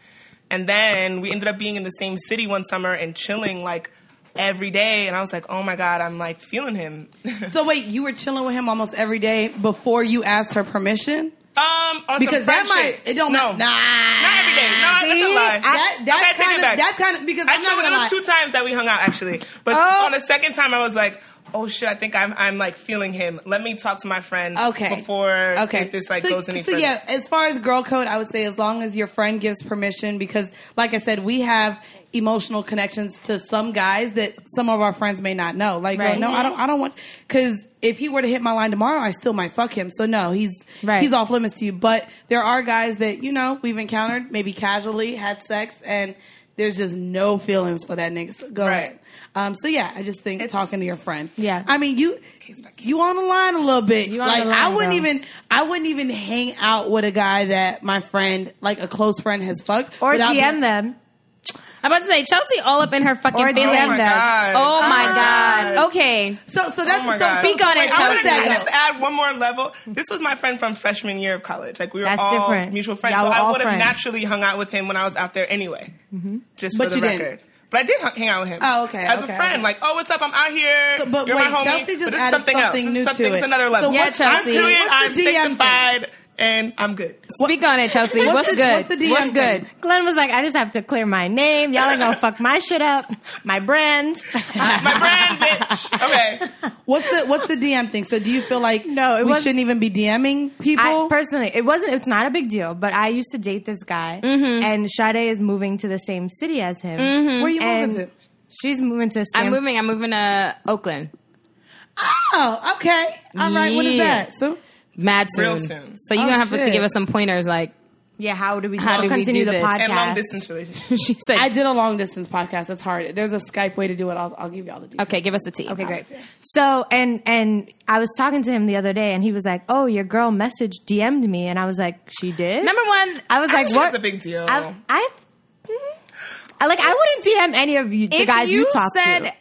Speaker 4: And then we ended up being in the same city one summer and chilling like every day. And I was like, oh my god, I'm like feeling him.
Speaker 3: So wait, you were chilling with him almost every day before you asked her permission
Speaker 4: um, on some
Speaker 3: because that
Speaker 4: friend
Speaker 3: might
Speaker 4: shit.
Speaker 3: it don't
Speaker 4: no,
Speaker 3: matter.
Speaker 4: not
Speaker 3: Nah,
Speaker 4: every day. No, that's a lie.
Speaker 3: That, that's
Speaker 4: Okay, I take
Speaker 3: kind
Speaker 4: it
Speaker 3: of
Speaker 4: back.
Speaker 3: that's kind of because I'm
Speaker 4: Actually,
Speaker 3: not
Speaker 4: it
Speaker 3: gonna
Speaker 4: was
Speaker 3: lie.
Speaker 4: two times that we hung out actually, but
Speaker 3: Oh.
Speaker 4: on the second time I was like, oh shit, I think I'm I'm like feeling him. Let me talk to my friend
Speaker 3: Okay.
Speaker 4: before
Speaker 3: okay.
Speaker 4: if this like
Speaker 3: so,
Speaker 4: goes any
Speaker 3: so
Speaker 4: further.
Speaker 3: yeah, as far as girl code, I would say as long as your friend gives permission, because like I said, we have emotional connections to some guys that some of our friends may not know. Like,
Speaker 2: Right.
Speaker 3: girl, no, I don't, I don't want, because if he were to hit my line tomorrow, I still might fuck him. So no, he's
Speaker 2: Right.
Speaker 3: he's off limits to you. But there are guys that you know we've encountered, maybe casually had sex, and there's just no feelings for that nigga. So go
Speaker 4: Right.
Speaker 3: ahead. Um, so yeah, I just think talking to your friend.
Speaker 2: Yeah.
Speaker 3: I mean you you on the line a little bit.
Speaker 2: You on
Speaker 3: like
Speaker 2: the line,
Speaker 3: I wouldn't
Speaker 2: girl.
Speaker 3: even even- I wouldn't even hang out with a guy that my friend, like a close friend, has fucked.
Speaker 2: Or
Speaker 3: without
Speaker 2: DM
Speaker 3: being-
Speaker 2: them.
Speaker 1: I'm about to say Chelsea all up in her fucking
Speaker 2: Or DM
Speaker 1: feelings.
Speaker 2: them.
Speaker 4: God.
Speaker 1: Oh my
Speaker 4: God.
Speaker 1: god. Okay.
Speaker 3: So, so that's
Speaker 4: Oh my
Speaker 3: so
Speaker 4: God.
Speaker 1: Speak on it,
Speaker 4: Wait, I want to
Speaker 1: Chelsea.
Speaker 4: just add one more level. This was my friend from freshman year of college. Like we were
Speaker 2: That's
Speaker 4: all
Speaker 2: different.
Speaker 4: mutual friends,
Speaker 2: Y'all
Speaker 4: so
Speaker 2: were
Speaker 4: I
Speaker 2: all
Speaker 4: would have
Speaker 2: friends.
Speaker 4: naturally hung out with him when I was out there anyway. Just
Speaker 3: But
Speaker 4: for the
Speaker 3: you didn't.
Speaker 4: record. But I did h- hang out with him.
Speaker 3: Oh, okay,
Speaker 4: As
Speaker 3: okay,
Speaker 4: a friend,
Speaker 3: okay.
Speaker 4: like, oh, what's up? I'm out here.
Speaker 3: So- but
Speaker 4: You're
Speaker 3: wait,
Speaker 4: my homie.
Speaker 3: Chelsea just
Speaker 4: but this is
Speaker 3: added
Speaker 4: something else.
Speaker 3: something
Speaker 4: This is
Speaker 3: new to
Speaker 4: something-
Speaker 3: it.
Speaker 4: it's another
Speaker 3: So
Speaker 4: level.
Speaker 1: what's- Yeah,
Speaker 4: I'm
Speaker 1: Chelsea.
Speaker 4: brilliant.
Speaker 3: what's the
Speaker 4: I'm
Speaker 3: DM thing?
Speaker 4: sanctified, and I'm good.
Speaker 1: Speak on it, Chelsea. What's,
Speaker 3: What's the-
Speaker 1: good?
Speaker 3: what's the DM
Speaker 1: what's good?
Speaker 2: Glenn was like, I just have to clear my name. Y'all ain't gonna fuck my shit up, my brand.
Speaker 4: my brand, bitch. Okay.
Speaker 3: What's the what's the DM thing? So do you feel like
Speaker 2: No, it
Speaker 3: we
Speaker 2: wasn't-
Speaker 3: shouldn't even be DMing people?
Speaker 2: I personally, it wasn't. It's not a big deal, but I used to date this guy,
Speaker 1: Mm-hmm.
Speaker 2: and Sade is moving to the same city as him.
Speaker 3: Where you
Speaker 2: And
Speaker 3: moving to?
Speaker 2: She's moving to. San-
Speaker 1: I'm moving. I'm moving to Oakland.
Speaker 3: Oh, okay. All right. What is
Speaker 1: Yeah.
Speaker 3: that? So
Speaker 1: Mad soon.
Speaker 4: Real soon.
Speaker 1: So you're
Speaker 3: Oh,
Speaker 1: gonna have to
Speaker 3: shit.
Speaker 1: give us some pointers. Like
Speaker 2: Yeah, how do we?
Speaker 1: How
Speaker 2: I'll
Speaker 1: do we
Speaker 2: continue
Speaker 1: do
Speaker 2: the
Speaker 1: this?
Speaker 2: podcast?
Speaker 4: And long distance relationship.
Speaker 1: she said.
Speaker 3: I did a long distance podcast. It's hard. There's a Skype way to do it. I'll, I'll give you all the details.
Speaker 1: okay, give us the tea.
Speaker 2: Okay, great. So and and I was talking to him the other day, and he was like, "Oh, your girl message DM'd me," and I was like, "She did."
Speaker 1: Number one,
Speaker 2: I was like,
Speaker 4: That's
Speaker 2: "What?"
Speaker 4: a big deal.
Speaker 2: I, I, I- like I wouldn't DM any of you the
Speaker 1: if
Speaker 2: guys you,
Speaker 1: you,
Speaker 2: talk
Speaker 1: said.
Speaker 2: to.
Speaker 1: n-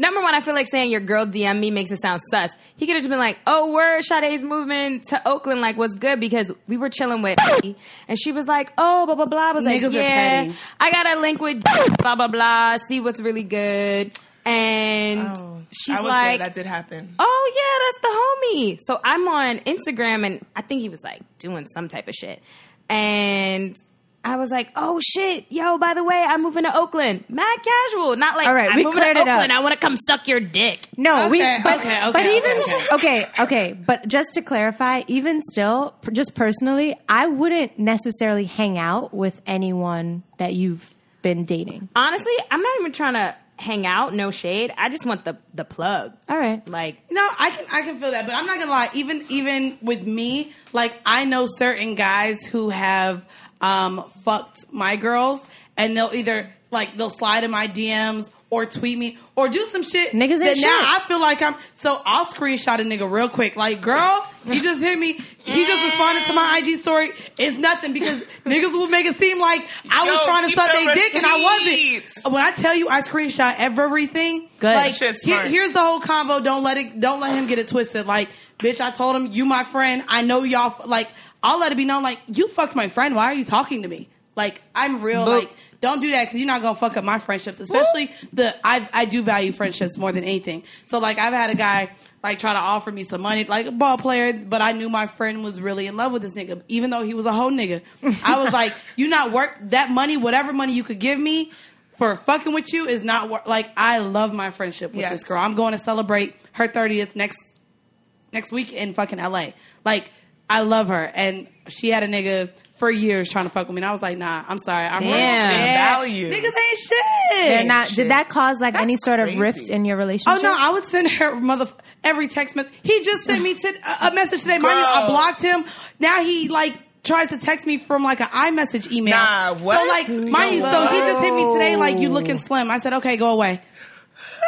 Speaker 1: Number one, I feel like saying your girl DM me makes it sound sus. He could have just been like, "Oh, word, Sade's moving to Oakland. Like, what's good?" Because we were chilling with, and she was like, "Oh, blah blah blah." I was like,
Speaker 3: Niggas are
Speaker 1: "Yeah,
Speaker 3: petty.
Speaker 1: I got a link with blah blah blah. See what's really good." And she's
Speaker 4: Oh, I was
Speaker 1: like,
Speaker 4: there. that did happen.
Speaker 1: oh yeah, that's the homie. So I'm on Instagram and I think he was like doing some type of shit. And I was like, oh shit, yo, by the way, I'm moving to Oakland. Mad casual. Not like
Speaker 2: All right,
Speaker 1: I'm
Speaker 2: we
Speaker 1: moving to
Speaker 2: cleared it up.
Speaker 1: Oakland. I wanna come suck your dick.
Speaker 2: No, we.
Speaker 3: Okay,
Speaker 2: But,
Speaker 3: okay, okay,
Speaker 2: but
Speaker 3: okay,
Speaker 2: even
Speaker 3: okay.
Speaker 2: okay. okay, But just to clarify, even still, p- just personally, I wouldn't necessarily hang out with anyone that you've been dating.
Speaker 1: Honestly, I'm not even trying to hang out, no shade. I just want the the plug.
Speaker 2: All right.
Speaker 1: Like
Speaker 3: No, I can I can feel that, but I'm not gonna lie. Even even with me, like I know certain guys who have um, fucked my girls, and they'll either like they'll slide in my DMs or tweet me or do some shit.
Speaker 2: Niggas ain't
Speaker 3: that
Speaker 2: shit.
Speaker 3: now I feel like I'm. So I'll screenshot a nigga real quick. Like, girl, you just hit me. He just responded to my IG story. It's nothing because niggas will make it seem like I was
Speaker 4: Yo,
Speaker 3: trying to
Speaker 4: keep
Speaker 3: suck
Speaker 4: the
Speaker 3: their dick and I
Speaker 4: receipts.
Speaker 3: wasn't. When I tell you I screenshot everything,
Speaker 2: Good.
Speaker 3: like
Speaker 4: Shit's
Speaker 3: here-
Speaker 4: smart.
Speaker 3: here's here's the whole combo. Don't let it. Don't let him get it twisted. Like, bitch, I told him you my friend. I know y'all. Like, I'll let it be known. Like, you fucked my friend. Why are you talking to me? Like, I'm real.
Speaker 1: But-
Speaker 3: like, don't do that because you're not gonna fuck up my friendships. Especially the I I do value friendships more than anything. So like, I've had a guy like try to offer me some money, like a ball player, but I knew my friend was really in love with this nigga, even though he was a whole nigga. I was like, you not work that money, whatever money you could give me. For fucking with you is not wor- like I love my friendship with
Speaker 4: Yes.
Speaker 3: this girl. I'm going to celebrate her 30th next next week in fucking LA. Like I love her and she had a nigga for years trying to fuck with me and I was like, "Nah, I'm sorry. I'm real."
Speaker 1: Damn.
Speaker 3: Yeah.
Speaker 4: Values.
Speaker 3: Niggas ain't shit.
Speaker 2: They're not. Did that cause like any
Speaker 4: That's
Speaker 2: sort of
Speaker 4: crazy.
Speaker 2: rift in your
Speaker 3: Oh
Speaker 2: relationship?
Speaker 3: no! I would send her mother every text message. He just sent me to, a a message today. Mind you, I
Speaker 4: Girl.
Speaker 3: blocked him. Now he like tries to text me from like an iMessage email.
Speaker 4: Nah, what?
Speaker 3: So like, mind you, so he just hit me today. Like, you looking slim? I said, okay, go away.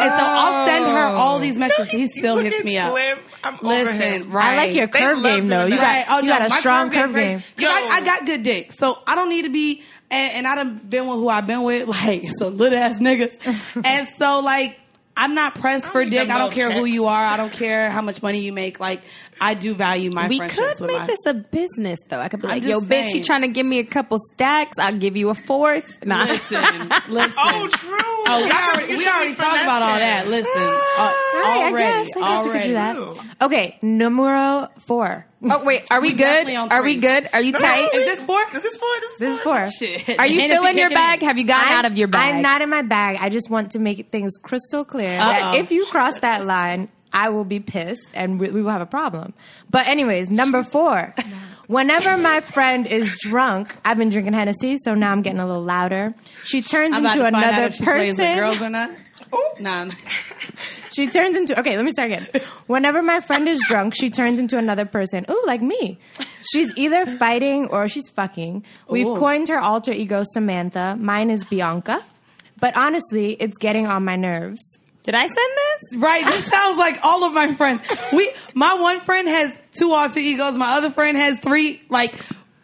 Speaker 3: And so I'll send her all these messages. he still hits
Speaker 4: looking
Speaker 3: me up.
Speaker 4: slim. I'm over
Speaker 3: Listen,
Speaker 4: him.
Speaker 3: right?
Speaker 2: I like your
Speaker 4: They
Speaker 2: curve
Speaker 4: love
Speaker 2: game
Speaker 4: doing
Speaker 2: though. You got
Speaker 4: that.
Speaker 3: Right. Oh,
Speaker 2: you
Speaker 3: no,
Speaker 2: got a
Speaker 3: my
Speaker 2: strong
Speaker 3: game
Speaker 2: curve
Speaker 3: great.
Speaker 2: game.
Speaker 3: 'Cause I,
Speaker 4: Yo.
Speaker 3: I got good dick, so I don't need to be. And, and I done been with who I've been with, like some little ass niggas. and so, like, I'm not pressed for
Speaker 4: need
Speaker 3: dick.
Speaker 4: them
Speaker 3: I don't
Speaker 4: little
Speaker 3: care who
Speaker 4: checks.
Speaker 3: you are. I don't care how much money you make. Like, I do value my
Speaker 1: we
Speaker 3: friendships
Speaker 1: could
Speaker 3: with
Speaker 1: make
Speaker 3: my.
Speaker 1: this a business though. I could be
Speaker 3: I'm
Speaker 1: like,
Speaker 3: just
Speaker 1: yo, bitch, you
Speaker 3: saying.
Speaker 1: trying to give me a couple stacks, I'll give you a fourth. Nah.
Speaker 3: Listen, listen.
Speaker 4: Oh, true.
Speaker 3: Oh, we already, we already talked about all that. Listen, uh,
Speaker 2: All right,
Speaker 3: already,
Speaker 2: I guess, I guess we could do
Speaker 3: already.
Speaker 2: that. Okay, numero four.
Speaker 1: Oh wait, are we, good?
Speaker 3: definitely on
Speaker 1: Are we
Speaker 3: three.
Speaker 1: good? Are you tight?
Speaker 3: Is this four?
Speaker 4: This is for this is
Speaker 2: This is
Speaker 4: for-
Speaker 2: four.
Speaker 3: Shit.
Speaker 1: Are you still
Speaker 3: Hennessy
Speaker 1: in your
Speaker 3: kicking
Speaker 1: bag? Have you gotten
Speaker 2: I'm-
Speaker 1: out of your bag?
Speaker 2: I'm not in my bag. I just want to make things crystal clear
Speaker 3: Uh-oh.
Speaker 2: that if you cross that line, I will be pissed and we, we will have a problem. But, anyways, number four. Whenever my friend is drunk, I've been drinking Hennessy, so now I'm getting a little louder. She turns
Speaker 3: I'm about
Speaker 2: into
Speaker 3: to find out
Speaker 2: another
Speaker 3: if she plays with
Speaker 2: person.
Speaker 3: girls or not. Nah.
Speaker 2: She turns into okay. Let me start again. Whenever my friend is drunk, she turns into another person. Ooh, like me. She's either fighting or she's fucking. We've
Speaker 3: Ooh.
Speaker 2: coined her alter ego Samantha. Mine is Bianca. But honestly, it's getting on my nerves. Did I send this?
Speaker 3: Right. This sounds like all of my friends. We, my one friend has two alter egos. My other friend has three. Like,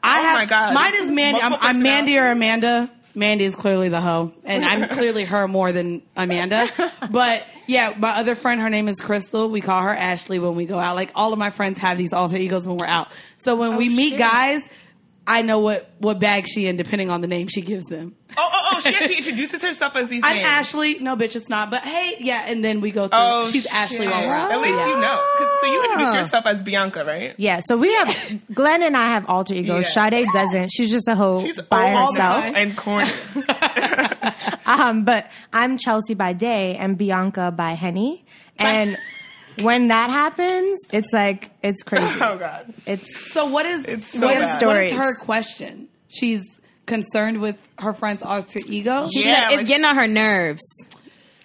Speaker 3: I
Speaker 4: Oh
Speaker 3: have.
Speaker 4: my God.
Speaker 3: Mine is Mandy. I'm,
Speaker 4: Multiple
Speaker 3: I'm Mandy or
Speaker 4: personalities.
Speaker 3: Amanda. Mandy is clearly the hoe, and I'm clearly her more than Amanda. But yeah, my other friend, her name is Crystal. We call her Ashley when we go out. Like all of my friends have these alter egos when we're out. So when
Speaker 4: Oh,
Speaker 3: we meet
Speaker 2: shit.
Speaker 3: guys, I know what what bag she in depending on the name she gives them.
Speaker 4: Oh, oh, oh! She actually introduces herself as these
Speaker 3: I'm
Speaker 4: names.
Speaker 3: Ashley. No, bitch, it's not. But hey, yeah, and then we go through.
Speaker 4: Oh,
Speaker 3: She's
Speaker 4: shit.
Speaker 3: Ashley while we're out.
Speaker 4: At least
Speaker 3: Yeah.
Speaker 4: you know. 'Cause- So you introduce yourself as Bianca, right?
Speaker 2: Yeah. So we have Glenn and I have alter egos.
Speaker 4: Yeah.
Speaker 2: Sade doesn't. She's just a hoe
Speaker 4: She's
Speaker 2: by
Speaker 4: old
Speaker 2: herself.
Speaker 4: and corny.
Speaker 2: Um, but I'm Chelsea by day and Bianca by Henny. And when that happens, it's like it's crazy.
Speaker 4: oh God!
Speaker 2: It's
Speaker 3: So what is
Speaker 4: It's so
Speaker 3: what, is
Speaker 4: bad.
Speaker 2: Stories.
Speaker 3: what is her question? She's concerned with her friend's alter ego.
Speaker 4: Yeah,
Speaker 1: it's
Speaker 4: like-
Speaker 1: getting on her nerves.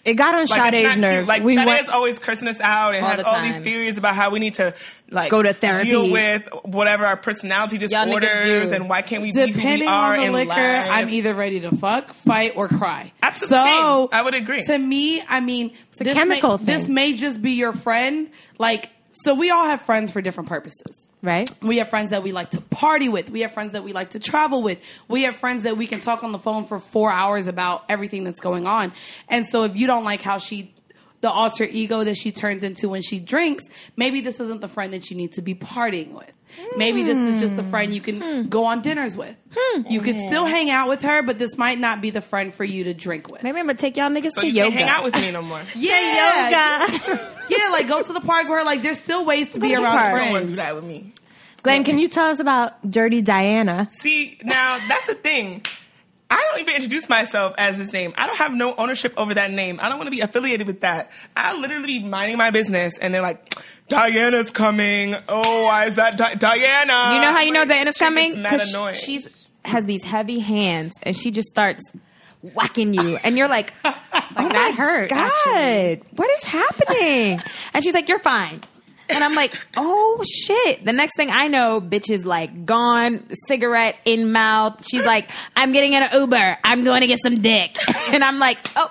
Speaker 2: it got on
Speaker 4: Like, it's
Speaker 2: Sade's
Speaker 4: not cute.
Speaker 2: nerves.
Speaker 4: Like
Speaker 2: we
Speaker 4: Sade
Speaker 2: went,
Speaker 4: is always cursing us out and
Speaker 1: All
Speaker 4: has
Speaker 1: the
Speaker 4: all these
Speaker 1: time.
Speaker 4: theories about how we need to like
Speaker 1: Go to therapy.
Speaker 4: deal with whatever our personality
Speaker 1: Y'all niggas
Speaker 4: disorders
Speaker 1: do.
Speaker 4: and why can't we be who we
Speaker 3: Depending
Speaker 4: are
Speaker 3: on the
Speaker 4: in
Speaker 3: liquor,
Speaker 4: life.
Speaker 3: I'm either ready to fuck, fight, or cry.
Speaker 4: Absolutely.
Speaker 3: So
Speaker 4: I would agree.
Speaker 3: To me, I mean, it's
Speaker 2: a chemical
Speaker 3: may,
Speaker 2: thing.
Speaker 3: This may just be your friend. Like, so we all have friends for different purposes.
Speaker 2: right?
Speaker 3: We have friends that we like to party with. We have friends that we like to travel with. We have friends that we can talk on the phone for four hours about everything that's going on. And so if you don't like how she, the alter ego that she turns into when she drinks, maybe this isn't the friend that you need to be partying with. Maybe this is just the friend you
Speaker 1: Hmm.
Speaker 3: can go on dinners with. You could still hang out with her, but this might not be the friend for you to drink with.
Speaker 2: Maybe I'm gonna take y'all niggas
Speaker 4: so
Speaker 2: to
Speaker 4: you
Speaker 2: yoga.
Speaker 4: can't hang out with me no more.
Speaker 3: Yeah, yeah, like go to the park where like there's still ways to be
Speaker 1: to the
Speaker 3: around
Speaker 1: park.
Speaker 4: No one do
Speaker 3: friends.
Speaker 4: that with me.
Speaker 2: Glenn, can you tell us about Dirty Diana?
Speaker 4: See, now that's the thing. I don't even introduce myself as this name. I don't have no ownership over that name. I don't want to be affiliated with that. I literally be minding my business, and they're like, "Diana's coming." Oh, why is that Di- Diana?
Speaker 1: You know how you know
Speaker 4: Like,
Speaker 1: Diana's
Speaker 4: shit
Speaker 1: coming?
Speaker 4: Um, gets Mad
Speaker 1: Because
Speaker 4: annoying.
Speaker 1: she's has these heavy hands, and she just starts whacking you, and you're like, "Oh
Speaker 2: that
Speaker 1: my
Speaker 2: hurt,
Speaker 1: God,
Speaker 2: actually."
Speaker 1: what is happening?" and she's like, "You're fine." And I'm like, oh shit. The next thing I know, bitch is like gone, cigarette in mouth. She's like, I'm getting an Uber. I'm going to get some dick. And I'm like, oh,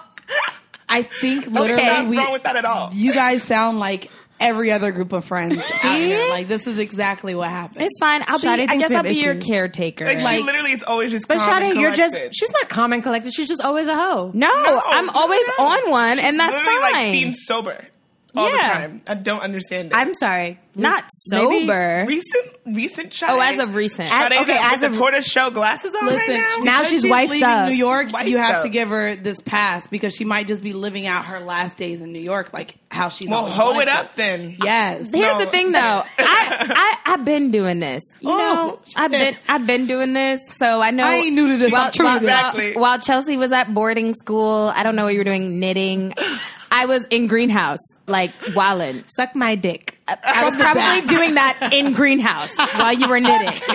Speaker 3: I think
Speaker 4: Nothing
Speaker 3: literally
Speaker 4: sounds
Speaker 3: we,
Speaker 4: wrong with that at all.
Speaker 3: You guys sound like every other group of friends. out here. Like this is exactly what happened.
Speaker 1: it's fine. I'll be,
Speaker 2: Sade
Speaker 1: I
Speaker 2: thinks
Speaker 1: guess
Speaker 2: we
Speaker 1: I'll
Speaker 2: have
Speaker 1: be your
Speaker 2: issues.
Speaker 1: caretaker.
Speaker 4: Like, she
Speaker 3: like-
Speaker 4: literally is always just.
Speaker 2: But
Speaker 4: calm and
Speaker 2: Sade, you're just
Speaker 4: collected.
Speaker 2: she's not calm and collected. She's just always a hoe.
Speaker 1: no,
Speaker 4: No,
Speaker 1: I'm
Speaker 4: no,
Speaker 1: always
Speaker 4: no.
Speaker 1: on one, and that's
Speaker 4: literally
Speaker 1: fine.
Speaker 4: like seems sober all
Speaker 1: Yeah.
Speaker 4: the time. I don't understand it.
Speaker 2: I'm sorry,
Speaker 1: Not
Speaker 2: Maybe-
Speaker 1: sober.
Speaker 4: recent, recent. Sade,
Speaker 1: Oh, as of recent.
Speaker 4: Sade,
Speaker 2: As- okay,
Speaker 4: okay,
Speaker 2: as
Speaker 4: as the
Speaker 2: of-
Speaker 4: tortoise shell glasses on
Speaker 3: Listen,
Speaker 4: right now.
Speaker 2: now
Speaker 3: because
Speaker 2: she's wiped
Speaker 3: leaving
Speaker 2: up.
Speaker 3: New York.
Speaker 4: Wiped
Speaker 3: you have to
Speaker 4: up.
Speaker 3: give her this pass because she might just be living out her last days in New York, like how she's.
Speaker 4: Well,
Speaker 3: always
Speaker 4: hoe it
Speaker 3: wanted.
Speaker 4: up then.
Speaker 3: Yes.
Speaker 1: Here's the
Speaker 4: No.
Speaker 1: thing, though. I, I I've been doing this. You
Speaker 3: Oh,
Speaker 1: know,
Speaker 3: she
Speaker 1: I've been
Speaker 3: said-
Speaker 1: I've been doing this, so I know.
Speaker 3: I ain't new to this.
Speaker 1: While,
Speaker 3: I'm true to
Speaker 1: while-
Speaker 3: this.
Speaker 1: while-
Speaker 4: Exactly.
Speaker 1: while Chelsea was at boarding school, I don't know what you were doing, knitting. I was in greenhouse, like wildin'.
Speaker 2: Suck my dick.
Speaker 1: I was probably doing that in greenhouse while you were knitting.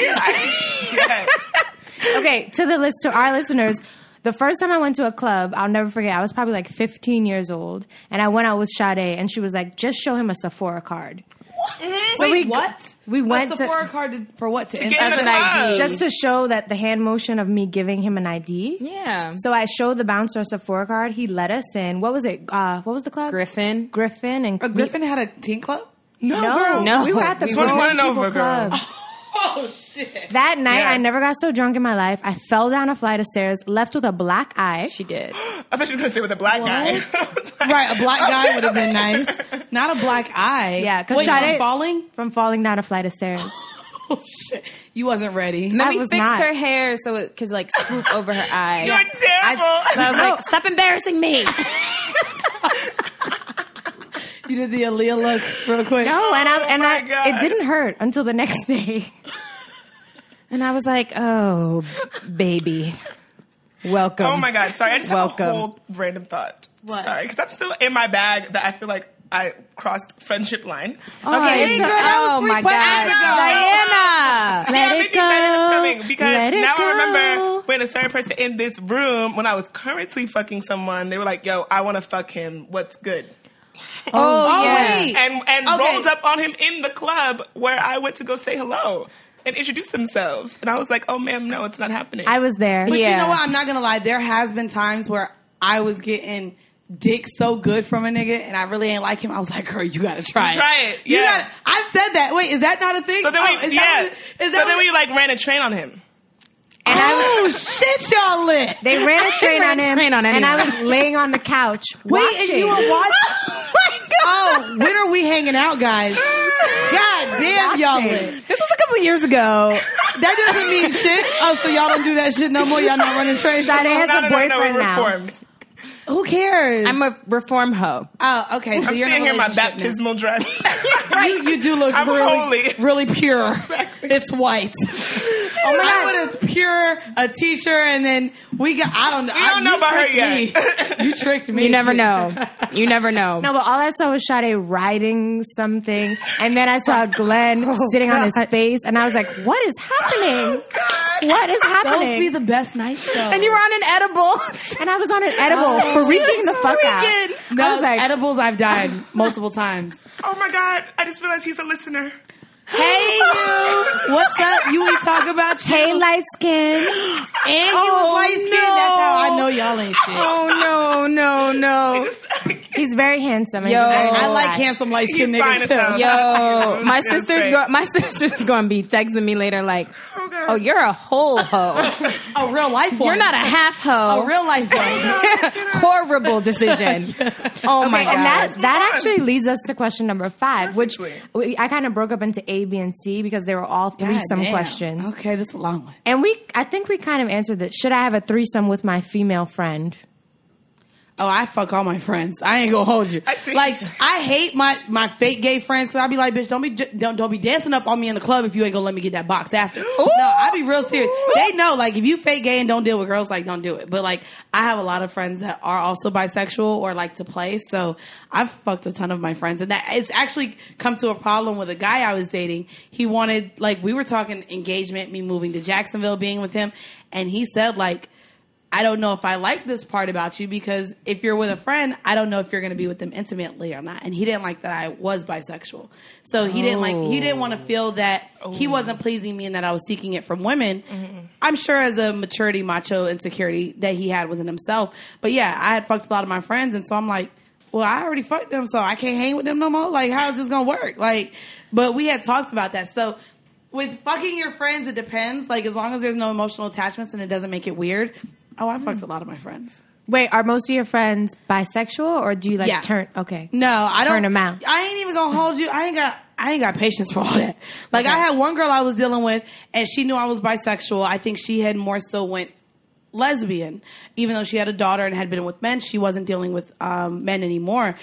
Speaker 4: Yeah.
Speaker 2: okay, to the list to our listeners. The first time I went to a club, I'll never forget. I was probably like 15 years old, and I went out with Sade, and she was like, "Just show him a Sephora card,
Speaker 3: Wait,
Speaker 2: we-
Speaker 3: what?
Speaker 2: we went to-
Speaker 3: a Sephora card to- for what to,
Speaker 4: get in
Speaker 3: enter
Speaker 4: the
Speaker 3: the-
Speaker 4: club.
Speaker 1: ID.
Speaker 2: just to show that the hand motion of me giving him an ID."
Speaker 1: Yeah.
Speaker 2: So I showed the bouncer a Sephora card. He let us in. What was it? Uh, what was the club?
Speaker 1: Griffin.
Speaker 2: Griffin and
Speaker 3: Uh, Griffin had a teen club.
Speaker 4: No,
Speaker 2: No,
Speaker 4: girl.
Speaker 1: No.
Speaker 2: we were at the
Speaker 1: It's
Speaker 4: one
Speaker 2: grown
Speaker 4: running
Speaker 2: people
Speaker 4: over, girl.
Speaker 2: club.
Speaker 3: Oh shit!
Speaker 2: That night,
Speaker 4: Yes.
Speaker 2: I never got so drunk in my life. I fell down a flight of stairs, left with a black eye.
Speaker 1: She did.
Speaker 4: I thought you were going to say with a black guy.
Speaker 3: Right, a black
Speaker 4: Oh,
Speaker 3: guy would have been nice. Not a black eye.
Speaker 2: Yeah, 'cause
Speaker 3: Wait,
Speaker 2: Sade-
Speaker 3: from falling.
Speaker 2: from falling down a flight of stairs.
Speaker 3: Oh shit! You wasn't ready.
Speaker 1: And then
Speaker 2: I
Speaker 1: we
Speaker 2: was
Speaker 1: fixed
Speaker 2: not.
Speaker 1: her hair so it could like swoop over her eye.
Speaker 4: You're terrible.
Speaker 1: I, so I was like, stop embarrassing me.
Speaker 3: You did the Aaliyah look real quick.
Speaker 2: No, and I and
Speaker 4: Oh my
Speaker 2: I
Speaker 4: God.
Speaker 2: it didn't hurt until the next day.
Speaker 1: And I was like, oh, baby. Welcome.
Speaker 4: oh my God. Sorry. I just
Speaker 1: Welcome.
Speaker 4: have a whole random thought. Sorry. Because I'm still in my bag that I feel like I crossed friendship line.
Speaker 2: Okay,
Speaker 1: Okay,
Speaker 2: so-
Speaker 1: oh my God,
Speaker 4: I
Speaker 1: Diana.
Speaker 2: Let
Speaker 4: yeah,
Speaker 2: it
Speaker 4: maybe that is
Speaker 2: go.
Speaker 4: coming because
Speaker 2: Let it
Speaker 4: now I
Speaker 2: go.
Speaker 4: remember when a certain person in this room, when I was currently fucking someone, they were like, "Yo, I want to fuck him. What's good?"
Speaker 1: Oh, yeah.
Speaker 3: wait.
Speaker 4: And and
Speaker 3: Okay.
Speaker 4: rolled up on him in the club where I went to go say hello and introduce themselves. And I was like, "Oh, ma'am, no, it's not happening."
Speaker 2: I was there.
Speaker 3: But you
Speaker 1: Yeah.
Speaker 3: know what? I'm not gonna lie. There has been times where I was getting dick so good from a nigga, and I really ain't like him. I was like, girl, you gotta try it.
Speaker 4: Try it,
Speaker 3: You
Speaker 4: yeah.
Speaker 3: gotta, I've said that. Wait, is that not a thing?
Speaker 4: so then
Speaker 3: Oh,
Speaker 4: we,
Speaker 3: is
Speaker 4: yeah.
Speaker 3: that what- is that
Speaker 4: so
Speaker 3: what-
Speaker 4: then we like ran a train on him.
Speaker 3: oh shit, y'all lit.
Speaker 2: They ran a train
Speaker 1: ran
Speaker 2: on
Speaker 1: a
Speaker 2: him,
Speaker 1: train on
Speaker 2: and I
Speaker 1: anyone.
Speaker 2: was laying on the couch
Speaker 3: Wait,
Speaker 2: watching.
Speaker 3: and you were watching. Oh, when are we hanging out, guys? God damn, y'all lit.
Speaker 1: This was a couple years ago.
Speaker 3: That doesn't mean shit. Oh, so y'all don't do that shit no more. Y'all not running trains.
Speaker 2: Sade has
Speaker 4: no,
Speaker 2: a
Speaker 4: no, no,
Speaker 2: boyfriend
Speaker 4: no, we're
Speaker 2: now.
Speaker 4: reformed.
Speaker 3: Who cares?
Speaker 1: I'm a reform hoe.
Speaker 3: oh, okay. So
Speaker 4: I'm
Speaker 3: you're in
Speaker 4: sitting
Speaker 3: a
Speaker 4: here in my
Speaker 3: relationship now.
Speaker 4: baptismal dress.
Speaker 3: You, you do look
Speaker 4: I'm
Speaker 3: really,
Speaker 4: holy.
Speaker 3: really pure. It's white. Oh my
Speaker 2: God.
Speaker 3: I would have pure a teacher, and then we got. I don't know. I
Speaker 4: don't know about her
Speaker 3: yet. you tricked me.
Speaker 1: You never know. You never know.
Speaker 2: No, but all I saw was Sade riding something, and then I saw Glenn sitting on his face, and I was like, "What is happening? What is
Speaker 3: Those
Speaker 2: happening?"
Speaker 3: be the best nights, though.
Speaker 1: And you were on an edible.
Speaker 2: and I was on an edible, freaking the fuck out.
Speaker 1: Freaking.
Speaker 3: no,
Speaker 1: I was like,
Speaker 3: edibles. I've died multiple times.
Speaker 4: oh my god! I just realized he's a listener.
Speaker 3: Hey you, what's up? You ain't talk about you.
Speaker 2: Hey, light skin.
Speaker 3: and he was
Speaker 1: Oh,
Speaker 3: light skinned. That's how I
Speaker 1: no.
Speaker 3: know y'all ain't shit.
Speaker 1: oh no, no, no.
Speaker 2: He's very handsome. and
Speaker 1: Yo.
Speaker 2: he's a very
Speaker 3: I
Speaker 2: nice
Speaker 3: like
Speaker 2: guy.
Speaker 3: handsome light skinned
Speaker 4: He's fine
Speaker 3: niggas
Speaker 4: as
Speaker 3: too.
Speaker 4: hell.
Speaker 1: Yo, my
Speaker 4: That's
Speaker 1: sister's
Speaker 4: great.
Speaker 1: go- my sister's gonna be texting me later like,
Speaker 4: Oh, God.
Speaker 1: oh, you're a whole Oh, hoe.
Speaker 3: A real life one.
Speaker 1: You're not a half hoe.
Speaker 3: a real life one.
Speaker 1: horrible decision. Oh my
Speaker 2: and that
Speaker 1: god.
Speaker 2: that actually leads us to question number five, which
Speaker 4: Perfectly.
Speaker 2: we, I kind of broke up into A, B, and C because they were all threesome
Speaker 3: God damn.
Speaker 2: questions.
Speaker 3: Okay, this is a long one.
Speaker 2: And we, I think we kind of answered that. Should I have a threesome with my female friend?
Speaker 3: Oh, I fuck all my friends. I ain't gonna hold you.
Speaker 4: I think-
Speaker 3: like I hate my my fake gay friends because I be like, bitch, don't be j- don't don't be dancing up on me in the club if you ain't gonna let me get that box after. No, I be real serious. They know like if you fake gay and don't deal with girls, like don't do it. But like I have a lot of friends that are also bisexual or like to play, so I've fucked a ton of my friends, and that it's actually come to a problem with a guy I was dating. He wanted like we were talking engagement, me moving to Jacksonville, being with him, and he said like. I don't know if I like this part about you because if you're with a friend, I don't know if you're going to be with them intimately or not. And he didn't like that I was bisexual. So he didn't like, he didn't want to feel that he wasn't pleasing me and that I was seeking it from women. I'm sure as a maturity, macho insecurity that he had within himself. But yeah, I had fucked a lot of my friends. And so I'm like, well, I already fucked them, so I can't hang with them no more. Like, how is this gonna work? Like, but we had talked about that. So, with fucking your friends, it depends. Like, as long as there's no emotional attachments and it doesn't make it weird. Oh, I fucked a lot of my friends.
Speaker 2: Wait, are most of your friends bisexual, or do you like
Speaker 3: Yeah.
Speaker 2: turn? Okay,
Speaker 3: No, I don't.
Speaker 2: Turn 'em out.
Speaker 3: I ain't even gonna hold you. I ain't got. I ain't got patience for all that. Like I had one girl I was dealing with, and she knew I was bisexual. I think she had more so went lesbian, even though she had a daughter and had been with men. She wasn't dealing with um, men anymore.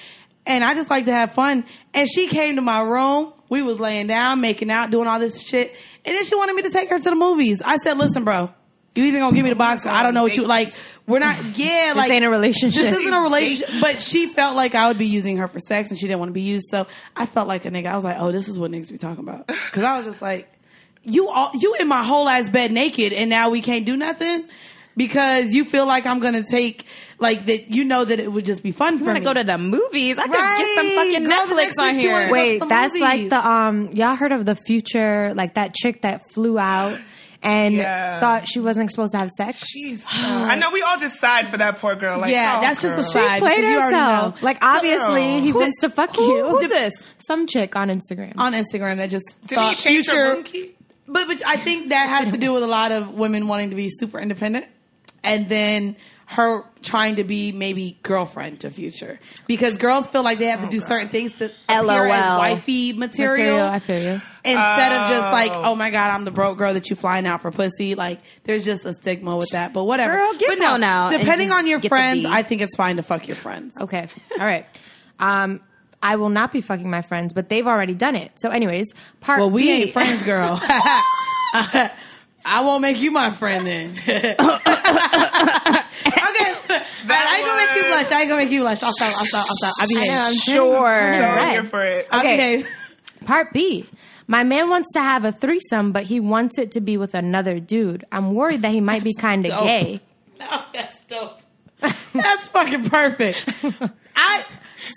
Speaker 3: And I just like to have fun. And she came to my room. We was laying down, making out, doing all this shit. And then she wanted me to take her to the movies. I said, "Listen, bro, you either gonna give me the box. Or I don't know what you like. We're not. Yeah, like
Speaker 1: ain't a relationship.
Speaker 3: This isn't a relationship. But she felt like I would be using her for sex, and she didn't want to be used. So I felt like a nigga. I was like, oh, this is what niggas be talking about. Because I was just like, you all, you in my whole ass bed naked, and now we can't do nothing because you feel like I'm gonna take like that. You know that it would just be fun for
Speaker 1: I'm gonna
Speaker 3: me.
Speaker 1: go to the movies. I could get some
Speaker 3: Right.
Speaker 1: fucking
Speaker 3: Girl, the next
Speaker 1: Netflix on
Speaker 3: week she wanna
Speaker 1: here.
Speaker 3: go
Speaker 2: wait,
Speaker 3: the
Speaker 2: that's like
Speaker 3: movies.
Speaker 2: the um. Y'all heard of the future? Like that chick that flew out and
Speaker 4: Yeah.
Speaker 2: thought she wasn't supposed to have sex.
Speaker 4: Jeez. I know we all just sighed for that poor girl. Like,
Speaker 3: yeah,
Speaker 4: oh,
Speaker 3: that's just a
Speaker 4: girl.
Speaker 3: side.
Speaker 2: Played
Speaker 3: because you already know.
Speaker 2: herself. Like obviously, he
Speaker 1: Who-
Speaker 2: wants to fuck
Speaker 1: who-
Speaker 2: you.
Speaker 1: who this?
Speaker 2: Some chick on Instagram.
Speaker 3: on Instagram that just
Speaker 4: Did
Speaker 3: thought
Speaker 4: he change
Speaker 3: future.
Speaker 4: her room key?
Speaker 3: But but I think that has to do with a lot of women wanting to be super independent, and then her trying to be maybe girlfriend to future because girls feel like they have to do certain things to appear as
Speaker 1: LOL.
Speaker 3: wifey material,
Speaker 2: Material, I feel you.
Speaker 3: instead of just like
Speaker 4: Oh.
Speaker 3: oh my god I'm the broke girl that you flying out for pussy. Like there's just a stigma with that. But whatever,
Speaker 1: Girl, get
Speaker 3: but no,
Speaker 1: on out and
Speaker 3: Depending
Speaker 1: just
Speaker 3: on your
Speaker 1: get the
Speaker 3: friends,
Speaker 1: B.
Speaker 3: I think it's fine to fuck your friends.
Speaker 2: Okay. All right. Um, I will not be fucking my friends, but they've already done it. So, anyways, part
Speaker 3: Well, we
Speaker 2: B-
Speaker 3: ain't friends, girl. I won't make you my friend then. okay. I ain't gonna make you blush. I ain't gonna make you blush. I'll stop. I'll stop. I'll stop. I behave.
Speaker 4: So I'm
Speaker 2: Right.
Speaker 1: Sure.
Speaker 4: here for it.
Speaker 3: I
Speaker 2: Okay.
Speaker 3: behave.
Speaker 2: Part B. My man wants to have a threesome, but he wants it to be with another dude. I'm worried that he might be kind of
Speaker 3: dope.
Speaker 2: gay.
Speaker 3: Oh, that's dope. That's fucking perfect. I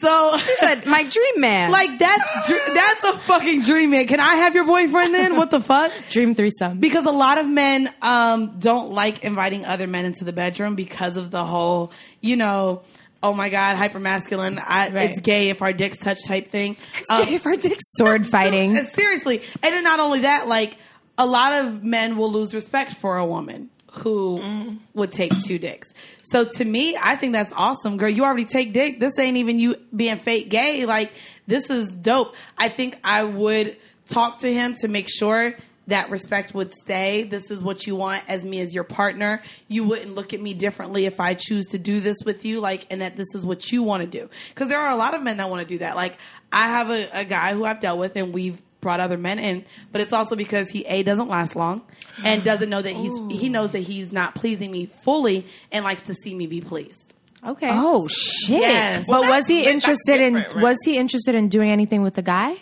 Speaker 3: so
Speaker 1: She said, "My dream man."
Speaker 3: like that's dr- that's a fucking dream man. Can I have your boyfriend then? What the fuck?
Speaker 2: Dream threesome.
Speaker 3: Because a lot of men um, don't like inviting other men into the bedroom because of the whole, you know, oh my god, hypermasculine. I,
Speaker 2: Right.
Speaker 3: It's gay if our dicks touch type thing. Um,
Speaker 1: if her dick's
Speaker 2: Sword fighting.
Speaker 3: Uh, Seriously. And then not only that, like a lot of men will lose respect for a woman who would take two dicks. So to me, I think that's awesome, girl. You already take dick. This ain't even you being fake gay. Like this is dope. I think I would talk to him to make sure that respect would stay. This is what you want as me as your partner. You wouldn't look at me differently if I choose to do this with you, like, and that this is what you want to do. Because there are a lot of men that want to do that. Like, I have a, a guy who I've dealt with, and we've brought other men in, but it's also because he a doesn't last long, and doesn't know that he's he knows that he's not pleasing me fully, and likes to see me be pleased.
Speaker 2: Okay.
Speaker 1: Oh shit!
Speaker 3: Yes.
Speaker 2: but was he
Speaker 4: that's
Speaker 2: interested in
Speaker 4: different, right?
Speaker 2: was he interested in doing anything with the guy?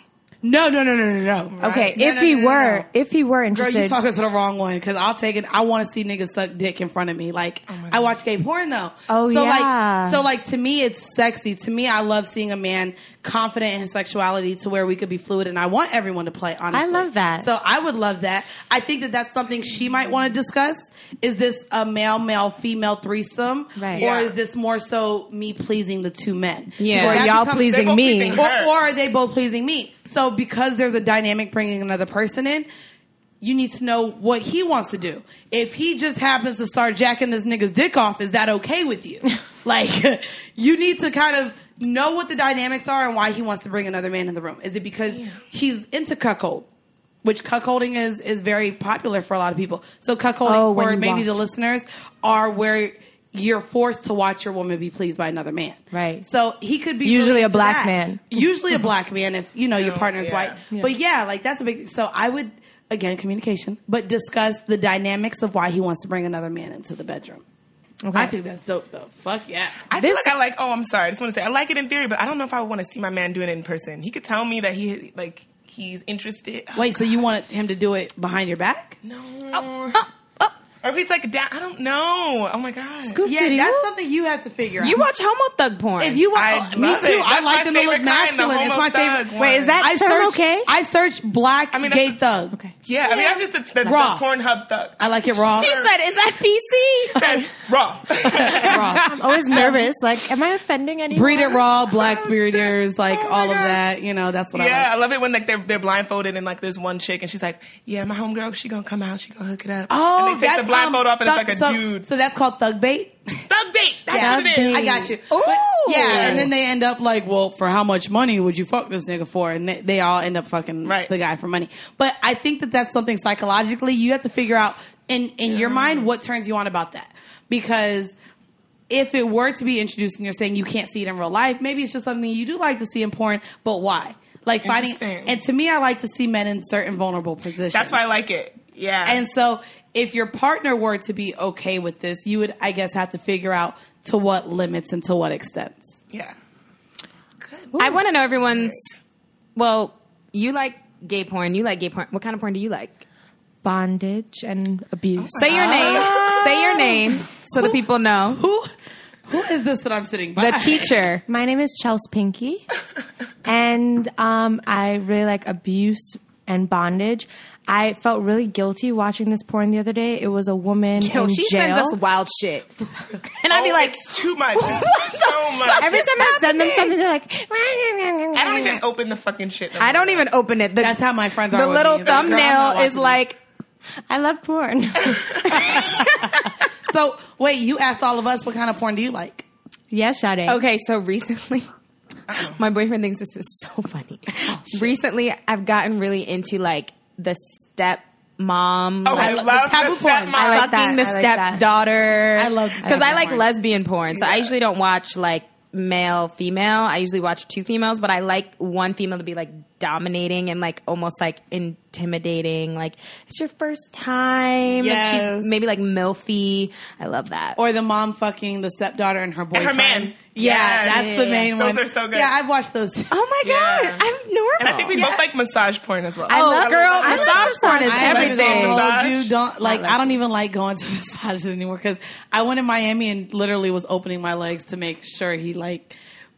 Speaker 3: No, no, no, no, no, no.
Speaker 2: Okay,
Speaker 3: No,
Speaker 2: if
Speaker 3: no,
Speaker 2: he
Speaker 3: no, no,
Speaker 2: were,
Speaker 3: no.
Speaker 2: if he were
Speaker 3: Girl,
Speaker 2: interested,
Speaker 3: you talking to the wrong one because I'll take it. I want to see niggas suck dick in front of me. Like I watch gay porn though.
Speaker 2: Oh,
Speaker 3: so
Speaker 2: yeah.
Speaker 3: Like, so like to me, it's sexy. To me, I love seeing a man confident in his sexuality to where we could be fluid, and I want everyone to play. Honestly,
Speaker 2: I love that.
Speaker 3: So I would love that. I think that that's something she might want to discuss. Is this a male male female threesome,
Speaker 2: Right.
Speaker 3: or
Speaker 4: Yeah.
Speaker 3: is this more so me pleasing the two men?
Speaker 1: Yeah.
Speaker 3: Because
Speaker 1: Or
Speaker 3: that
Speaker 2: y'all
Speaker 3: becomes-
Speaker 2: pleasing
Speaker 4: both
Speaker 2: me.
Speaker 4: pleasing
Speaker 3: or,
Speaker 4: her.
Speaker 3: or are they both pleasing me? So because there's a dynamic bringing another person in, you need to know what he wants to do. If he just happens to start jacking this nigga's dick off, is that okay with you? like, you need to kind of know what the dynamics are and why he wants to bring another man in the room. Is it because he's into cuckold? Which cuckolding is is very popular for a lot of people. So cuckolding,
Speaker 2: Oh, when
Speaker 3: or
Speaker 2: you
Speaker 3: maybe
Speaker 2: watch.
Speaker 3: the listeners, are where you're forced to watch your woman be pleased by another man.
Speaker 2: Right.
Speaker 3: So he could be
Speaker 2: Usually
Speaker 3: really
Speaker 2: a
Speaker 3: into
Speaker 2: black
Speaker 3: that.
Speaker 2: man.
Speaker 3: Usually a black man if you know your
Speaker 4: No,
Speaker 3: partner's
Speaker 4: Oh, yeah.
Speaker 3: white.
Speaker 4: Yeah.
Speaker 3: But yeah, like that's a big so I would again communication, but discuss the dynamics of why he wants to bring another man into the bedroom.
Speaker 2: Okay.
Speaker 3: I think that's dope though. Fuck yeah.
Speaker 4: I feel
Speaker 2: This-
Speaker 4: like I like. Oh, I'm sorry. I just want to say I like it in theory, but I don't know if I want to see my man doing it in person. He could tell me that he like he's interested.
Speaker 3: Wait, so you wanted him to do it behind your back?
Speaker 4: No.
Speaker 3: Oh,
Speaker 4: Or if he's like down. I don't know. Oh my god.
Speaker 2: Scoop
Speaker 3: Yeah,
Speaker 2: diddy
Speaker 3: that's
Speaker 2: whoop.
Speaker 3: something you have to figure out.
Speaker 1: You watch homo thug porn?
Speaker 3: if you
Speaker 4: I
Speaker 3: want, me
Speaker 4: love
Speaker 3: too.
Speaker 4: it.
Speaker 3: I
Speaker 4: That's
Speaker 3: like
Speaker 4: my
Speaker 3: them to look
Speaker 4: favorite kind, the
Speaker 3: masculine. It's
Speaker 4: homo
Speaker 3: my
Speaker 4: thug
Speaker 3: favorite.
Speaker 4: one.
Speaker 2: Wait, is that
Speaker 3: I
Speaker 2: term
Speaker 3: search.
Speaker 2: okay?
Speaker 3: I search black
Speaker 4: I mean,
Speaker 3: gay
Speaker 4: that's-
Speaker 3: thug.
Speaker 2: okay.
Speaker 4: Yeah, I mean that's just the, the, the
Speaker 3: Raw.
Speaker 4: Pornhub thug.
Speaker 3: I like it raw.
Speaker 1: he said, "Is that PC?"
Speaker 4: That's raw.
Speaker 3: raw.
Speaker 2: I'm always nervous. Like, am I offending anyone?
Speaker 3: Breed it raw, black bearders, like
Speaker 4: Oh my
Speaker 3: all of
Speaker 4: God.
Speaker 3: that. You know, that's what I like.
Speaker 4: yeah, I love it when like they're they're blindfolded and like there's one chick and she's like, yeah, my homegirl, she gonna come out, she gonna hook it up.
Speaker 3: Oh,
Speaker 4: and they take
Speaker 3: that's,
Speaker 4: the blindfold
Speaker 3: um,
Speaker 4: off and it's
Speaker 3: thug-
Speaker 4: like a
Speaker 3: so,
Speaker 4: dude
Speaker 3: So that's called thug bait.
Speaker 4: thug date. That's
Speaker 3: Yeah.
Speaker 4: what it
Speaker 2: Thug
Speaker 4: is.
Speaker 2: bait.
Speaker 3: I got you.
Speaker 1: Ooh.
Speaker 3: yeah, and then they end up like, well, for how much money would you fuck this nigga for? And they, they all end up fucking
Speaker 4: Right.
Speaker 3: the guy for money. But I think that that's something psychologically you have to figure out in in your mind what turns you on about that because. If it were to be introduced and you're saying you can't see it in real life, maybe it's just something you do like to see in porn, but why? Like finding,
Speaker 4: Interesting.
Speaker 3: and to me, I like to see men in certain vulnerable positions.
Speaker 4: That's why I like it. Yeah.
Speaker 3: And so, if your partner were to be okay with this, you would, I guess, have to figure out to what limits and to what extents.
Speaker 4: yeah. Good.
Speaker 1: I want to know everyone's. Well, you like gay porn. You like gay porn. What kind of porn do you like?
Speaker 2: Bondage and abuse.
Speaker 3: Oh
Speaker 1: Say your name. Say your name so the people know.
Speaker 3: Who, who is this that I'm sitting by?
Speaker 1: The teacher.
Speaker 2: My name is Chelsea Pinky, and um, I really like abuse and bondage. I felt really guilty watching this porn the other day. It was a woman
Speaker 1: Yo,
Speaker 2: in
Speaker 1: she
Speaker 2: jail.
Speaker 1: sends us wild shit, and I'd be
Speaker 4: Oh,
Speaker 1: like,
Speaker 4: it's too much. It's so much.
Speaker 2: Every time I send them
Speaker 1: happening?
Speaker 2: something, they're like,
Speaker 4: I don't even open the fucking shit. no
Speaker 1: I
Speaker 4: more.
Speaker 1: don't even open it. The,
Speaker 3: That's how my friends are.
Speaker 1: the
Speaker 3: with
Speaker 1: little
Speaker 3: me. They're like, "Girl, I'm not
Speaker 1: thumbnail is
Speaker 3: watching
Speaker 1: like,
Speaker 2: I love porn.
Speaker 3: this." So, wait, you asked all of us what kind of porn do you like?
Speaker 2: yeah, Sade.
Speaker 1: okay. So recently, my boyfriend thinks this is so funny.
Speaker 3: Oh,
Speaker 1: recently, I've gotten really into like the step mom.
Speaker 4: Oh, I,
Speaker 3: I lo-
Speaker 4: love
Speaker 3: the taboo
Speaker 4: the
Speaker 3: porn.
Speaker 4: stepmom.
Speaker 3: I
Speaker 2: like
Speaker 1: fucking
Speaker 2: that.
Speaker 1: the
Speaker 2: I like that.
Speaker 1: stepdaughter.
Speaker 3: I love
Speaker 1: because I
Speaker 3: stepdaughter
Speaker 1: like
Speaker 3: porn.
Speaker 1: lesbian porn, so I usually don't watch like male female. I usually watch two females, but I like one female to be like dominating and like almost like intimidating. Like it's your first time. Like
Speaker 3: Yes.
Speaker 1: she's maybe like milfy. I love that.
Speaker 3: Or the mom fucking the stepdaughter and her boyfriend.
Speaker 4: man.
Speaker 3: Yeah,
Speaker 4: Yes.
Speaker 3: that's the main
Speaker 4: Those
Speaker 3: one.
Speaker 4: are so good.
Speaker 3: Yeah, I've watched those. too.
Speaker 1: oh my
Speaker 4: Yeah.
Speaker 1: god, I'm normal.
Speaker 4: And I think we both like massage porn as well.
Speaker 1: oh, girl, massage porn is
Speaker 3: I ain't even
Speaker 1: everything.
Speaker 3: gonna hold
Speaker 4: Massage?
Speaker 3: you. Don't like. I don't even like going to massages anymore because I went in Miami and literally was opening my legs to make sure he like.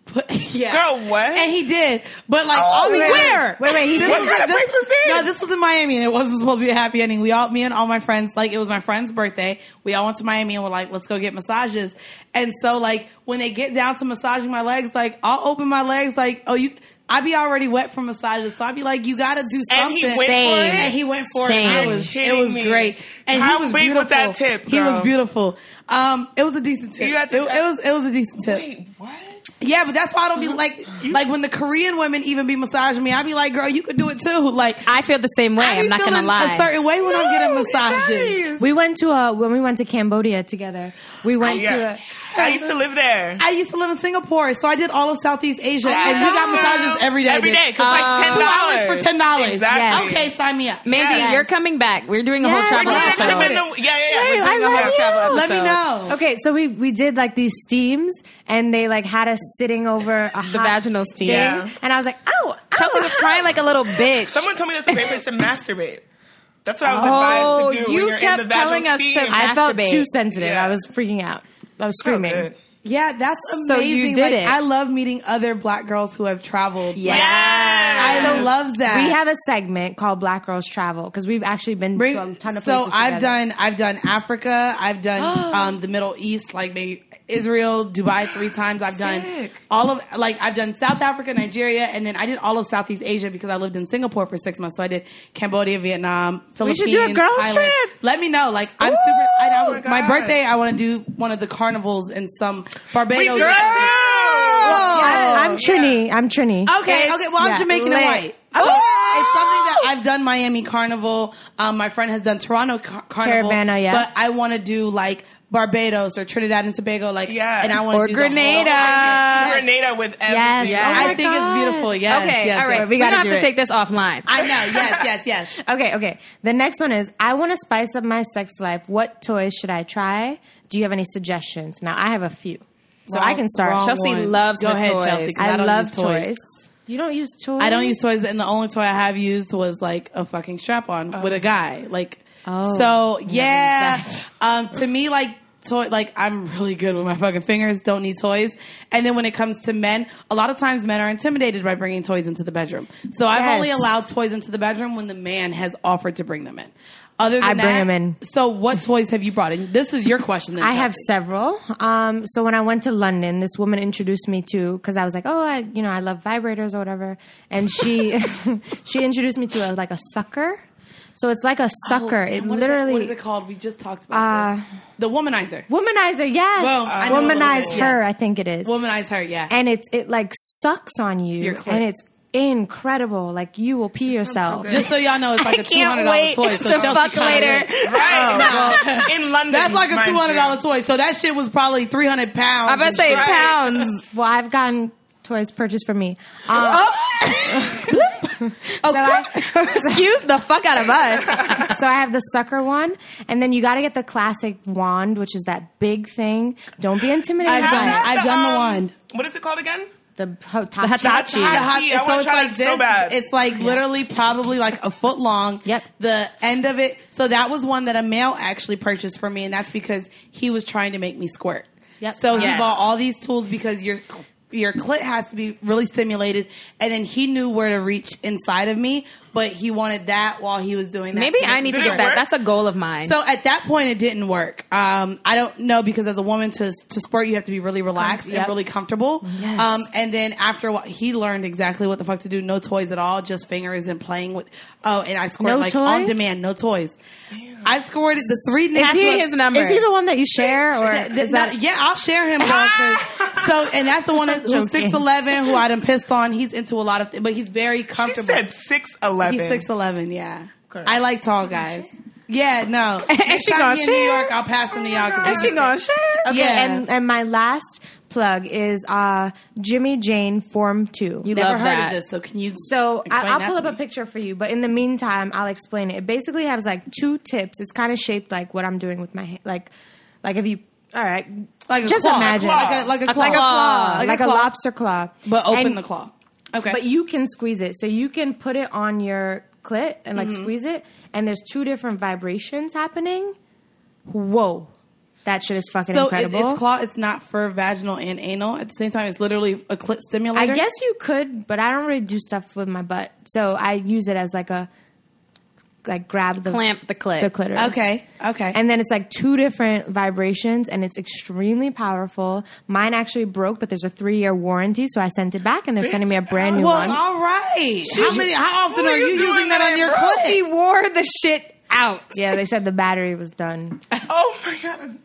Speaker 3: Put, yeah.
Speaker 4: Girl, what?
Speaker 3: And he did, but like,
Speaker 4: Oh,
Speaker 3: oh,
Speaker 4: wait,
Speaker 3: where?
Speaker 1: Wait, wait, he
Speaker 3: This
Speaker 1: did.
Speaker 4: What kind of place was this?
Speaker 3: No, this was in Miami, and it wasn't supposed to be a happy ending. We all, me and all my friends, like it was my friend's birthday. We all went to Miami and we're like, let's go get massages. And so, like, when they get down to massaging my legs, like I'll open my legs, like, oh, you, I be already wet from massages, so I be like, you gotta do
Speaker 4: And
Speaker 3: something.
Speaker 4: he went for
Speaker 1: Same.
Speaker 4: it?
Speaker 3: And he went for it. And
Speaker 1: Same.
Speaker 3: I was, it
Speaker 4: Kidding
Speaker 3: was
Speaker 4: me.
Speaker 3: great. And
Speaker 4: How
Speaker 3: he was
Speaker 4: big
Speaker 3: beautiful.
Speaker 4: was that tip,
Speaker 3: He
Speaker 4: girl?
Speaker 3: was beautiful. Um, it was a decent tip.
Speaker 4: You had to-
Speaker 3: it, it was it was a decent tip.
Speaker 4: Wait, what?
Speaker 3: Yeah, but that's why I don't be like like when the Korean women even be massaging me, I be like, girl, you could do it too. Like
Speaker 1: I feel the same way.
Speaker 3: I be
Speaker 1: I'm not gonna
Speaker 3: feeling
Speaker 1: lie.
Speaker 3: a certain way when I'm getting
Speaker 4: No,
Speaker 3: massages.
Speaker 4: guys.
Speaker 2: We went to uh when we went to Cambodia together. We went to
Speaker 4: Yeah.
Speaker 2: a,
Speaker 4: I used to live there.
Speaker 3: I used to live in Singapore, so I did all of Southeast Asia, and we got massages every day.
Speaker 4: Every
Speaker 3: bitch.
Speaker 4: day, 'cause like ten
Speaker 1: Um,
Speaker 4: dollars
Speaker 3: Two hours for $10.
Speaker 4: Exactly.
Speaker 3: Okay, sign me up.
Speaker 1: Mandy,
Speaker 4: Yes.
Speaker 1: you're coming back. We're doing a whole
Speaker 2: Yes.
Speaker 1: travel
Speaker 2: We're doing a
Speaker 1: episode.
Speaker 2: trip
Speaker 4: Trip in the, yeah, yeah, yeah.
Speaker 1: Wait,
Speaker 4: We're doing
Speaker 1: I
Speaker 4: the
Speaker 1: love
Speaker 4: whole
Speaker 1: you.
Speaker 4: travel episode.
Speaker 3: Let me
Speaker 1: Oh.
Speaker 3: know.
Speaker 2: Okay, so we we did like these steams, and they like had us sitting over a
Speaker 1: The
Speaker 2: hot
Speaker 1: vaginal steam.
Speaker 2: thing,
Speaker 4: Yeah.
Speaker 2: and I was like, "Oh, ow, ow.
Speaker 1: Chelsea was crying like a little bitch.
Speaker 4: Someone told me that's a great place to masturbate. That's what I was
Speaker 1: Oh,
Speaker 4: advised to do.
Speaker 1: you
Speaker 4: when you're
Speaker 1: kept
Speaker 4: in the vaginal
Speaker 1: telling us to-
Speaker 4: steam.
Speaker 1: I
Speaker 2: I felt
Speaker 1: masturbate.
Speaker 2: too sensitive.
Speaker 4: Yeah.
Speaker 2: I was freaking out. I was
Speaker 4: So
Speaker 2: screaming.
Speaker 3: Oh,
Speaker 4: good.
Speaker 3: Yeah, that's
Speaker 1: So you
Speaker 3: amazing.
Speaker 1: did
Speaker 3: Like,
Speaker 1: it.
Speaker 3: I love meeting other Black girls who have traveled.
Speaker 1: Yeah.
Speaker 3: Like,
Speaker 4: Yes.
Speaker 3: I love that.
Speaker 2: We have a segment called Black Girls Travel because we've actually been
Speaker 3: Bring-
Speaker 2: to a ton of
Speaker 3: so
Speaker 2: places.
Speaker 3: I've
Speaker 2: together.
Speaker 3: done I've done Africa, I've done um, the Middle East, like maybe Israel, Dubai three times. I've done
Speaker 4: Sick.
Speaker 3: all of like I've done South Africa, Nigeria, and then I did all of Southeast Asia because I lived in Singapore for six months. So I did Cambodia, Vietnam, Philippines.
Speaker 1: should do a girls
Speaker 3: Thailand.
Speaker 1: trip.
Speaker 3: Let me know. Like I'm super. I, I was,
Speaker 4: my
Speaker 3: my
Speaker 4: God.
Speaker 3: birthday, I want to do one of the carnivals in some
Speaker 4: We
Speaker 3: Barbados.
Speaker 4: do.
Speaker 3: or something. Oh,
Speaker 2: I, am Trini. I'm Trini.
Speaker 3: Okay,
Speaker 1: It's
Speaker 3: okay. Well, I'm
Speaker 2: yeah,
Speaker 3: Jamaican
Speaker 1: lit.
Speaker 3: and white. So
Speaker 1: Ooh.
Speaker 3: it's something that I've done Miami Carnival. Um, my friend has done Toronto car- Carnival.
Speaker 2: Caravana, yeah.
Speaker 3: But I want to do like Barbados or Trinidad and Tobago, like
Speaker 4: Yeah.
Speaker 3: and I want
Speaker 1: Or
Speaker 3: to do
Speaker 1: Grenada.
Speaker 3: The whole- Yes.
Speaker 4: Grenada with
Speaker 2: Yes.
Speaker 4: everything.
Speaker 1: Yeah.
Speaker 2: Oh
Speaker 3: I
Speaker 2: my
Speaker 3: think
Speaker 2: God.
Speaker 3: it's beautiful. Yes.
Speaker 1: okay,
Speaker 3: yes,
Speaker 1: all right.
Speaker 3: yes.
Speaker 1: We're going to
Speaker 2: We gotta
Speaker 1: have
Speaker 2: do
Speaker 1: to
Speaker 2: it.
Speaker 1: take this offline.
Speaker 3: I know. Yes, yes, yes.
Speaker 2: Okay, okay. The next one is I want to spice up my sex life. What toys should I try? Do you have any suggestions? Now I have a few, so I can start.
Speaker 3: Wrong
Speaker 1: Chelsea
Speaker 3: one.
Speaker 1: loves
Speaker 3: Go
Speaker 1: her
Speaker 3: ahead,
Speaker 1: toys.
Speaker 3: Chelsea. 'cause
Speaker 2: I,
Speaker 3: don't
Speaker 2: love
Speaker 3: use
Speaker 2: toys. You don't use toys.
Speaker 3: I don't use toys, and the only toy I have used was like a fucking strap on with a guy. Like,
Speaker 2: Oh.
Speaker 3: so
Speaker 2: used
Speaker 3: yeah.
Speaker 2: that.
Speaker 3: Um, to me, like toy, like I'm really good with my fucking fingers. Don't need toys. And then when it comes to men, a lot of times men are intimidated by bringing toys into the bedroom. So I've
Speaker 2: Yes.
Speaker 3: only allowed toys into the bedroom when the man has offered to bring them in. Other than
Speaker 2: I bring
Speaker 3: that-
Speaker 2: 'em in.
Speaker 3: So what toys have you brought in? This is your question. Then,
Speaker 2: I have
Speaker 3: Chelsea.
Speaker 2: several. Um, so when I went to London, this woman introduced me to because I was like, oh, I, you know, I love vibrators or whatever, and she she introduced me to a, like a sucker. So it's like a sucker.
Speaker 3: Oh,
Speaker 2: it
Speaker 3: damn, what is
Speaker 2: literally
Speaker 3: What is it called? We just talked about
Speaker 2: Uh,
Speaker 3: this. the womanizer.
Speaker 2: womanizer. Yes,
Speaker 3: Well, I know
Speaker 2: womanize
Speaker 3: womanizer.
Speaker 2: her. I think it is.
Speaker 3: Womanize her, yeah.
Speaker 2: and it's it like sucks on you,
Speaker 3: Your clit.
Speaker 2: and it's incredible. Like you will pee yourself.
Speaker 4: good.
Speaker 3: Just so y'all know, it's like a two hundred dollar toy. So
Speaker 1: to
Speaker 3: Chelsea
Speaker 1: fuck
Speaker 3: kinda
Speaker 1: later.
Speaker 3: lit.
Speaker 4: Oh, Right. in London.
Speaker 3: That's like a
Speaker 4: mind
Speaker 3: two hundred dollar
Speaker 4: you.
Speaker 3: toy. So that shit was probably three hundred pounds.
Speaker 1: I'm going
Speaker 3: and
Speaker 1: to say
Speaker 3: shit.
Speaker 1: pounds.
Speaker 2: well, I've gotten toys purchased for me. Um,
Speaker 3: Oh.
Speaker 2: so I-
Speaker 1: Excuse the fuck out of us.
Speaker 2: so I have the sucker one, and then you got to get the classic wand, which is that big thing. Don't be intimidated.
Speaker 3: I've
Speaker 2: by
Speaker 3: done
Speaker 2: it.
Speaker 3: it. I've done the
Speaker 4: um,
Speaker 3: wand.
Speaker 4: What is it called again?
Speaker 2: The Hitachi.
Speaker 1: Hitachi.
Speaker 3: The hot-
Speaker 4: Gee, I
Speaker 3: so
Speaker 4: wanna
Speaker 3: it's
Speaker 4: try
Speaker 3: like
Speaker 4: that
Speaker 3: this.
Speaker 4: so bad.
Speaker 3: It's like literally probably like a foot long.
Speaker 2: Yep.
Speaker 3: The end of it. So that was one that a male actually purchased for me, and that's because he was trying to make me squirt.
Speaker 2: Yep.
Speaker 3: So
Speaker 1: Yes.
Speaker 3: he bought all these tools because your cl- your clit has to be really stimulated, and then he knew where to reach inside of me, but he wanted that while he was doing that.
Speaker 1: Maybe
Speaker 3: make
Speaker 1: I
Speaker 3: me
Speaker 1: need to
Speaker 4: Did
Speaker 1: get
Speaker 4: it
Speaker 1: that.
Speaker 4: work?
Speaker 1: That's a goal of mine.
Speaker 3: So at that point, it didn't work. Um, I don't know because as a woman to to squirt, you have to be really relaxed
Speaker 2: yep.
Speaker 3: and really comfortable.
Speaker 1: Yes.
Speaker 3: Um, and then after a while, he learned exactly what the fuck to do. No toys at all, just fingers and playing with. Oh, and I squirt
Speaker 2: No
Speaker 3: like
Speaker 2: toys?
Speaker 3: on demand, no toys. I've squirted the three. Is
Speaker 1: he his number?
Speaker 2: Is he the one that you share, or is that?
Speaker 3: yeah, I'll share him. Girl, 'cause- so, and that's the one that's
Speaker 2: Joking.
Speaker 3: six eleven, who I done pissed on. He's into a lot of, thi- but he's very
Speaker 4: She
Speaker 3: comfortable.
Speaker 4: said six eleven.
Speaker 3: He's six eleven. Yeah,
Speaker 4: Girl.
Speaker 3: I like tall guys. Yeah, no.
Speaker 1: And
Speaker 3: Next
Speaker 1: she
Speaker 3: time
Speaker 1: gonna
Speaker 3: he in New
Speaker 1: share.
Speaker 3: York, I'll pass him to y'all. 'cause
Speaker 1: Is
Speaker 3: he's
Speaker 1: she
Speaker 3: six.
Speaker 1: going to share?
Speaker 2: Okay,
Speaker 3: Yeah.
Speaker 2: and, and my last plug is uh, Jimmy Jane Form 2.
Speaker 1: You
Speaker 3: Never
Speaker 1: love
Speaker 3: heard
Speaker 1: that.
Speaker 3: of this, so can you?
Speaker 2: So
Speaker 3: explain
Speaker 2: I, I'll
Speaker 3: that
Speaker 2: pull up
Speaker 3: to
Speaker 2: a
Speaker 3: me?
Speaker 2: picture for you, but in the meantime, I'll explain it. It basically has like two tips. It's kind of shaped like what I'm doing with my hand. Like, like if you, all right,
Speaker 3: Like a
Speaker 2: just
Speaker 3: claw,
Speaker 2: imagine,
Speaker 3: like a like a claw,
Speaker 1: Like a claw.
Speaker 2: like, a, lobster claw,
Speaker 3: but open
Speaker 2: And-
Speaker 3: the claw. Okay,
Speaker 2: But you can squeeze it, so you can put it on your clit and
Speaker 3: Mm-hmm.
Speaker 2: like squeeze it. And there's two different vibrations happening. Whoa, that shit is fucking
Speaker 3: so it-
Speaker 2: incredible.
Speaker 3: it's claw. It's not for vaginal and anal at the same time. It's literally a clit
Speaker 2: I
Speaker 3: stimulator.
Speaker 2: guess you could, but I don't really do stuff with my butt, so I use it as like a like grab the
Speaker 1: Clamp the clit.
Speaker 2: the clitoris.
Speaker 3: Okay, okay.
Speaker 2: And then it's like two different vibrations, and it's extremely powerful. Mine actually broke, but there's a three year warranty, so I sent it back, and they're sending me a brand new
Speaker 3: well,
Speaker 2: one.
Speaker 3: all right. How many? How often
Speaker 4: What
Speaker 3: are
Speaker 4: are
Speaker 3: you,
Speaker 4: you doing
Speaker 3: using that
Speaker 4: that
Speaker 3: on your
Speaker 4: I broke?
Speaker 3: clit?
Speaker 1: She wore the shit out.
Speaker 2: Yeah, they said the battery was done.
Speaker 4: Oh my god.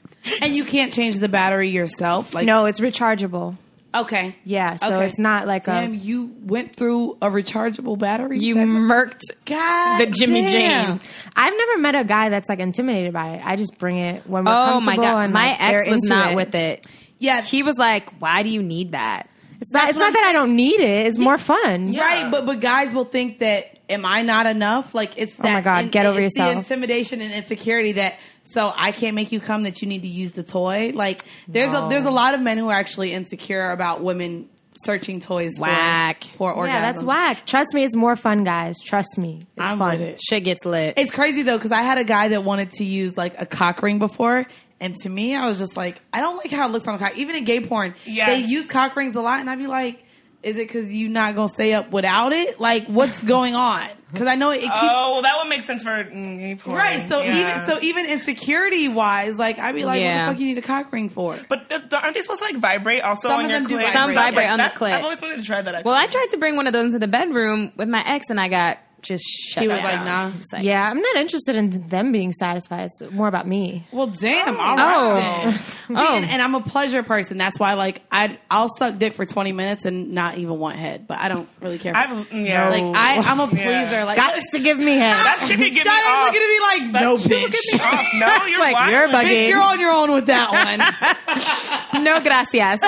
Speaker 3: And you can't change the battery yourself. Like
Speaker 2: No, it's rechargeable.
Speaker 3: Okay.
Speaker 2: Yeah, so it's not like a-
Speaker 3: Damn, you went through a rechargeable battery.
Speaker 1: You
Speaker 3: type of-
Speaker 1: murked
Speaker 3: God
Speaker 1: the Jimmy
Speaker 3: damn.
Speaker 1: Jane.
Speaker 2: I've never met a guy that's like intimidated by it. I just bring it when we're
Speaker 1: Oh my
Speaker 2: comfortable.
Speaker 1: god,
Speaker 2: and,
Speaker 1: my
Speaker 2: like,
Speaker 1: ex
Speaker 2: they're
Speaker 1: was
Speaker 2: into
Speaker 1: not
Speaker 2: it.
Speaker 1: with it.
Speaker 3: Yeah.
Speaker 1: he was like, "Why do you need that?"
Speaker 2: It's not, it's not that I don't need it. It's more fun.
Speaker 3: Right, but but guys will think that am I not enough? Like it's
Speaker 2: Oh my
Speaker 3: that,
Speaker 2: God, get over
Speaker 3: it's
Speaker 2: yourself.
Speaker 3: The intimidation and insecurity that so I can't make you come that you need to use the toy. Like there's a there's a lot of men who are actually insecure about women searching toys. for-
Speaker 1: Whack.
Speaker 3: for, orgasm.
Speaker 2: Yeah, that's whack. Trust me, it's more fun, guys. Trust me, it's
Speaker 3: I'm
Speaker 2: fun.
Speaker 3: with it.
Speaker 1: Shit gets lit.
Speaker 3: It's crazy though because I had a guy that wanted to use like a cock ring before, and to me, I was just like, I don't like how it looks on a cock. Even in gay porn,
Speaker 4: Yes.
Speaker 3: they use cock rings a lot, and I'd be like, Is it because you not gonna stay up without it? Like, what's going on? Because I know it keeps.
Speaker 4: Oh, well, that would make sense for mm, gay porn.
Speaker 3: Right, so
Speaker 4: Yeah.
Speaker 3: even so, e even insecurity wise, like I'd be like,
Speaker 1: Yeah.
Speaker 3: "What the fuck you need a cock ring for?"
Speaker 4: But th- th- aren't they supposed to like vibrate also
Speaker 3: Some
Speaker 4: on
Speaker 3: of
Speaker 4: your
Speaker 3: them do
Speaker 4: clit?
Speaker 3: Some vibrate.
Speaker 1: vibrate on the
Speaker 4: That-
Speaker 1: clit.
Speaker 4: I've always wanted to try that. Actually.
Speaker 1: well, I tried to bring one of those into the bedroom with my ex, and I got just shut
Speaker 3: He was
Speaker 1: down.
Speaker 3: like, nah.
Speaker 1: He was like,
Speaker 2: Yeah, I'm not interested in them being satisfied. It's more about me.
Speaker 3: Well, damn, all right.
Speaker 1: Oh.
Speaker 3: then. See, And, and I'm a pleasure person. That's why, like, I I'll suck dick for 20 minutes and not even want head, but I don't really care.
Speaker 4: I've mm, yeah.
Speaker 3: like, I, I'm a pleaser.
Speaker 4: Yeah.
Speaker 3: Like,
Speaker 2: Got to give me head.
Speaker 4: that shit could get me
Speaker 3: Shawty
Speaker 4: off.
Speaker 3: looking at me like,
Speaker 4: That
Speaker 3: no,
Speaker 4: shit would get me
Speaker 3: bitch.
Speaker 4: off. No, you're
Speaker 1: Like,
Speaker 4: wild.
Speaker 1: you're bugging.
Speaker 3: bitch, you're on your own with that one.
Speaker 1: no, gracias.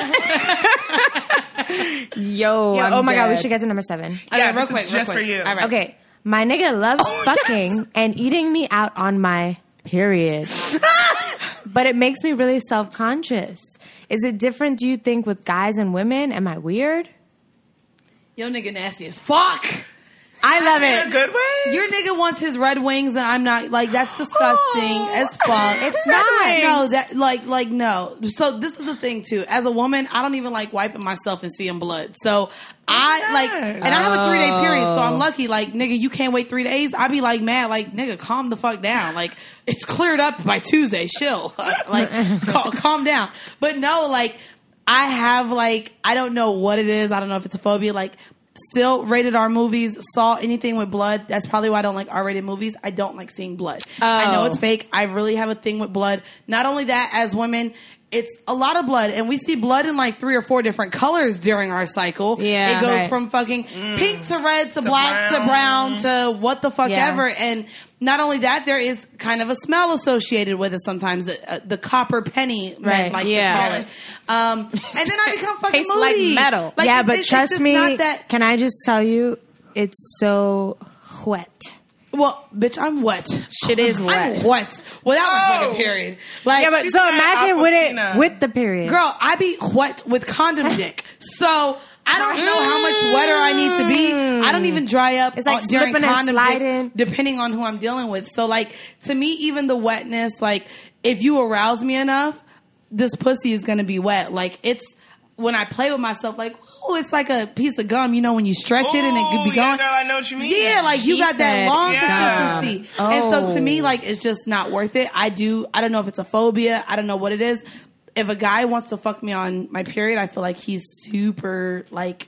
Speaker 1: Yo,
Speaker 2: Yeah,
Speaker 1: I'm
Speaker 2: oh my god, we
Speaker 1: dead.
Speaker 2: should get to number seven.
Speaker 4: Yeah,
Speaker 3: Okay, real
Speaker 4: this is
Speaker 3: quick, real
Speaker 4: just
Speaker 3: quick.
Speaker 4: for you.
Speaker 3: All right.
Speaker 2: Okay, my nigga loves fucking and eating me out on my period, but it makes me really self conscious. Is it different? Do you think with guys and women? Am I weird?
Speaker 3: Yo, nigga, nasty as fuck.
Speaker 2: I love
Speaker 4: in a
Speaker 2: it.
Speaker 4: good way.
Speaker 3: Your nigga wants his red wings, and I'm not like that's disgusting as fuck.
Speaker 2: It's not.
Speaker 3: No, that like like no. So this is the thing too. As a woman, I don't even like wiping myself and seeing blood. So I like, and I have a three day period, so I'm lucky. Like nigga, you can't wait three days. I be like mad. Like nigga, calm the fuck down. Like it's cleared up by Tuesday. Chill. like cal- calm down. But no, like I have like I don't know what it is. I don't know if it's a phobia. Like still rated R movies. Saw anything with blood. That's probably why I don't like R rated movies. I don't like seeing blood. I know
Speaker 1: Oh.
Speaker 3: it's fake. I really have a thing with blood. Not only that, as women, it's a lot of blood, and we see blood in like three or four different colors during our cycle.
Speaker 1: Yeah,
Speaker 3: it goes
Speaker 2: right.
Speaker 3: from fucking pink to red to, black
Speaker 4: Mm. brown.
Speaker 3: to brown to what the fuck
Speaker 2: Yeah.
Speaker 3: ever. And not only that, there is kind of a smell associated with it sometimes. The, uh, the copper penny, men
Speaker 2: Right.
Speaker 3: like
Speaker 1: Yeah.
Speaker 3: to call it. Um, and then I become fucking
Speaker 1: Tastes like
Speaker 3: moody.
Speaker 1: metal.
Speaker 2: yeah,
Speaker 3: it's-
Speaker 2: but
Speaker 3: it's- it's
Speaker 2: trust
Speaker 3: just
Speaker 2: me.
Speaker 3: Not that
Speaker 2: Can I just tell you, it's so wet.
Speaker 3: Well, bitch, I'm wet.
Speaker 1: Shit is
Speaker 3: I'm
Speaker 1: wet.
Speaker 3: wet. Well, that was
Speaker 4: Oh.
Speaker 3: fucking period. Like,
Speaker 2: Yeah, but so
Speaker 4: said
Speaker 2: imagine with it
Speaker 4: Aquafina.
Speaker 2: with the period.
Speaker 3: girl, I be wet with condom dick. So I don't know how much wetter I need to be. I don't even dry up.
Speaker 2: It's like
Speaker 3: on- during
Speaker 2: slipping and
Speaker 3: condom
Speaker 2: sliding.
Speaker 3: dick, depending on who I'm dealing with. So like to me, even the wetness, like if you arouse me enough, this pussy is gonna be wet. Like it's when I play with myself, like. Oh, it's like a piece of gum, you know, when you stretch it and it could be
Speaker 4: Ooh, Oh,
Speaker 3: gone.
Speaker 4: yeah, girl, I know what you mean.
Speaker 3: Yeah, like you
Speaker 1: She
Speaker 3: got
Speaker 1: said
Speaker 3: that long
Speaker 4: gum.
Speaker 3: consistency.
Speaker 1: Oh.
Speaker 3: And so to me, like it's just not worth it. I do I don't know if it's a phobia, I don't know what it is. If a guy wants to fuck me on my period, I feel like he's super like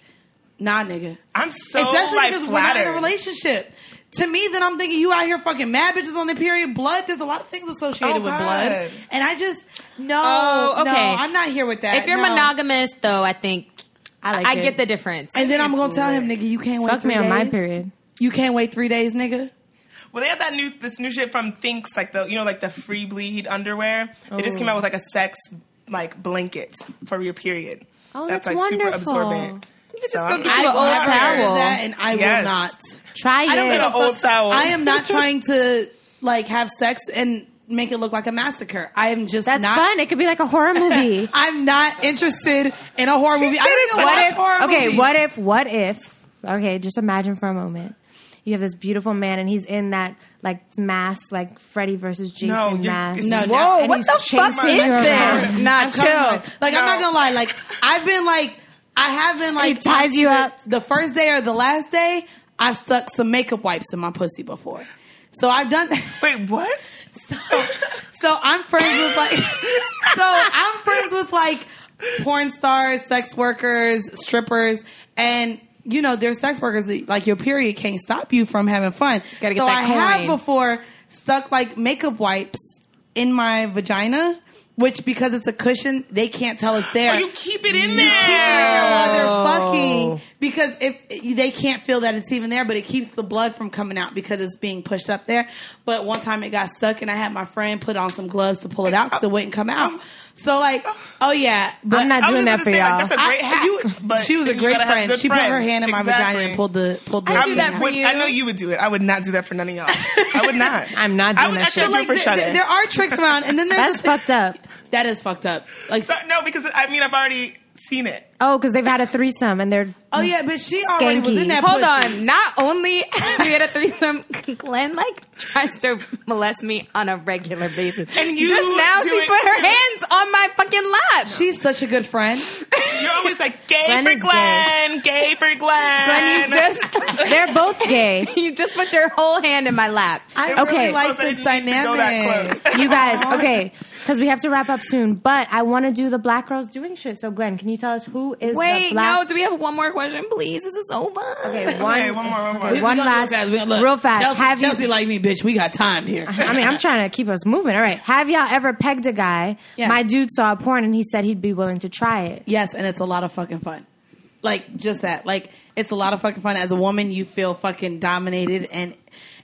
Speaker 3: nah nigga.
Speaker 4: I'm so
Speaker 3: Especially
Speaker 4: like
Speaker 3: because
Speaker 4: flattered.
Speaker 3: we're not in a relationship. To me, then I'm thinking you out here fucking mad bitches on the period. Blood, there's a lot of things associated
Speaker 4: Oh,
Speaker 3: with
Speaker 4: God.
Speaker 3: blood. And I just no,
Speaker 1: Oh, okay.
Speaker 3: no, I'm not here with that.
Speaker 1: if you're
Speaker 3: no.
Speaker 1: monogamous, though, I think
Speaker 2: I
Speaker 1: I,
Speaker 2: like it.
Speaker 1: get the difference.
Speaker 3: and then I'm gonna tell him, nigga, you can't wait
Speaker 2: Fuck
Speaker 3: three
Speaker 2: me on my
Speaker 3: days.
Speaker 2: period.
Speaker 3: You can't wait three days, nigga.
Speaker 4: Well, they have that new this new shit from Thinks, like the you know like the free bleed underwear. They just came out with like a sex like blanket for your period.
Speaker 2: Oh, that's
Speaker 4: like super
Speaker 2: wonderful.
Speaker 4: absorbent.
Speaker 1: You
Speaker 4: So
Speaker 1: just go
Speaker 4: I'm-
Speaker 1: get you an
Speaker 3: will
Speaker 1: old
Speaker 3: never heard of
Speaker 1: towel.
Speaker 3: that, and I
Speaker 4: Yes.
Speaker 3: will not.
Speaker 2: Try it.
Speaker 3: I don't
Speaker 4: Get
Speaker 3: give
Speaker 4: an old towel.
Speaker 3: I am not trying to like have sex and make it look like a massacre. I am just
Speaker 2: That's
Speaker 3: not.
Speaker 2: fun. It could be like a horror movie.
Speaker 3: I'm not interested in a horror movie. I don't
Speaker 2: what
Speaker 3: even watch
Speaker 2: if,
Speaker 3: horror
Speaker 2: okay,
Speaker 3: movies.
Speaker 2: what if, what if, okay, just imagine for a moment. You have this beautiful man, and he's in that like mask, like Freddy versus Jason
Speaker 4: No, you're-
Speaker 2: mask.
Speaker 4: it's- No,
Speaker 3: no.
Speaker 2: and
Speaker 1: what
Speaker 2: he's
Speaker 1: the fuck
Speaker 2: chasing
Speaker 1: is
Speaker 2: you around.
Speaker 1: this? Nah, chill.
Speaker 3: Like I'm not
Speaker 4: No.
Speaker 3: gonna lie. Like I've been like I have been like
Speaker 2: He ties you up.
Speaker 3: The first day or the last day, I've stuck some makeup wipes in my pussy before. So I've done.
Speaker 4: Wait, what?
Speaker 3: So I'm friends with like. so I'm friends with like porn stars, sex workers, strippers, and you know there's sex workers that, like your period can't stop you from having fun.
Speaker 1: Gotta get
Speaker 3: so
Speaker 1: that
Speaker 3: I
Speaker 1: coin.
Speaker 3: have before stuck like makeup wipes in my vagina, which because it's a cushion, they can't tell it's there.
Speaker 4: Oh, you keep it in
Speaker 3: Keep it in
Speaker 4: there.
Speaker 3: there while they're fucking because if they can't feel that it's even there, but it keeps the blood from coming out because it's being pushed up there. But one time it got stuck, and I had my friend put on some gloves to pull it out because it wouldn't come out. So like, oh yeah, but
Speaker 2: I'm not
Speaker 4: I was
Speaker 2: doing that
Speaker 4: just
Speaker 2: for
Speaker 4: gonna say,
Speaker 2: y'all.
Speaker 4: Like, that's a great
Speaker 3: I-
Speaker 4: hack.
Speaker 3: you-
Speaker 4: but
Speaker 3: she was a
Speaker 4: you
Speaker 3: great
Speaker 4: gotta have
Speaker 3: friend.
Speaker 4: good
Speaker 3: She put her
Speaker 4: friends.
Speaker 3: hand in my
Speaker 4: Exactly.
Speaker 3: vagina and pulled the pulled the.
Speaker 1: I
Speaker 4: I
Speaker 1: do
Speaker 4: would-
Speaker 1: that for
Speaker 4: would-
Speaker 1: you.
Speaker 4: I know you would do it. I would not do that for none of y'all. I would not.
Speaker 2: I'm not
Speaker 4: I
Speaker 2: doing
Speaker 4: would
Speaker 2: that
Speaker 4: actually
Speaker 2: shit.
Speaker 4: do
Speaker 3: Like,
Speaker 4: it for
Speaker 3: there,
Speaker 4: Shut
Speaker 3: there,
Speaker 4: It.
Speaker 3: there are tricks around, and then
Speaker 2: That's
Speaker 3: there's
Speaker 2: fucked up.
Speaker 3: that is fucked up. Like,
Speaker 4: So- no, because I mean I've already seen it.
Speaker 2: Oh, because they've had a threesome and they're
Speaker 3: oh yeah, but she already was
Speaker 2: Skanky.
Speaker 3: in that.
Speaker 1: Hold
Speaker 3: pussy.
Speaker 1: on. Not only we had a threesome, Glenn like tries to molest me on a regular basis.
Speaker 4: And you
Speaker 1: just now
Speaker 4: do
Speaker 1: she
Speaker 4: it
Speaker 1: put her
Speaker 4: too.
Speaker 1: hands on my fucking lap.
Speaker 3: She's such a good friend.
Speaker 4: You're always like gay
Speaker 2: Glenn
Speaker 4: for
Speaker 2: is gay.
Speaker 4: Glenn, gay for
Speaker 1: Glenn,
Speaker 4: Glenn.
Speaker 1: you just
Speaker 2: they're both gay.
Speaker 1: you just put your whole hand in my lap.
Speaker 3: I
Speaker 4: It was
Speaker 2: Okay.
Speaker 3: really like
Speaker 4: close. I
Speaker 3: this
Speaker 4: didn't need to go that
Speaker 3: dynamic.
Speaker 4: close.
Speaker 2: You guys, okay, because we have to wrap up soon. But I want to do the black girls doing shit. So Glenn, can you tell us who is
Speaker 1: Wait,
Speaker 2: the black?
Speaker 1: no. Do we have one more question, please? This is over.
Speaker 2: Okay, one.
Speaker 4: Okay, one more, one more.
Speaker 2: Okay, one
Speaker 3: we gonna do it
Speaker 2: last,
Speaker 3: fast. We gonna- look,
Speaker 2: real fast.
Speaker 3: Chelsea,
Speaker 2: have you?
Speaker 3: Chelsea like me, bitch. We got time here.
Speaker 2: I mean, I'm trying to keep us moving. All right. Have y'all ever pegged a guy?
Speaker 3: Yes.
Speaker 2: My dude saw a porn and he said he'd be willing to try it.
Speaker 3: yes, and it's a lot of fucking fun. Like just that. Like it's a lot of fucking fun. As a woman, you feel fucking dominated and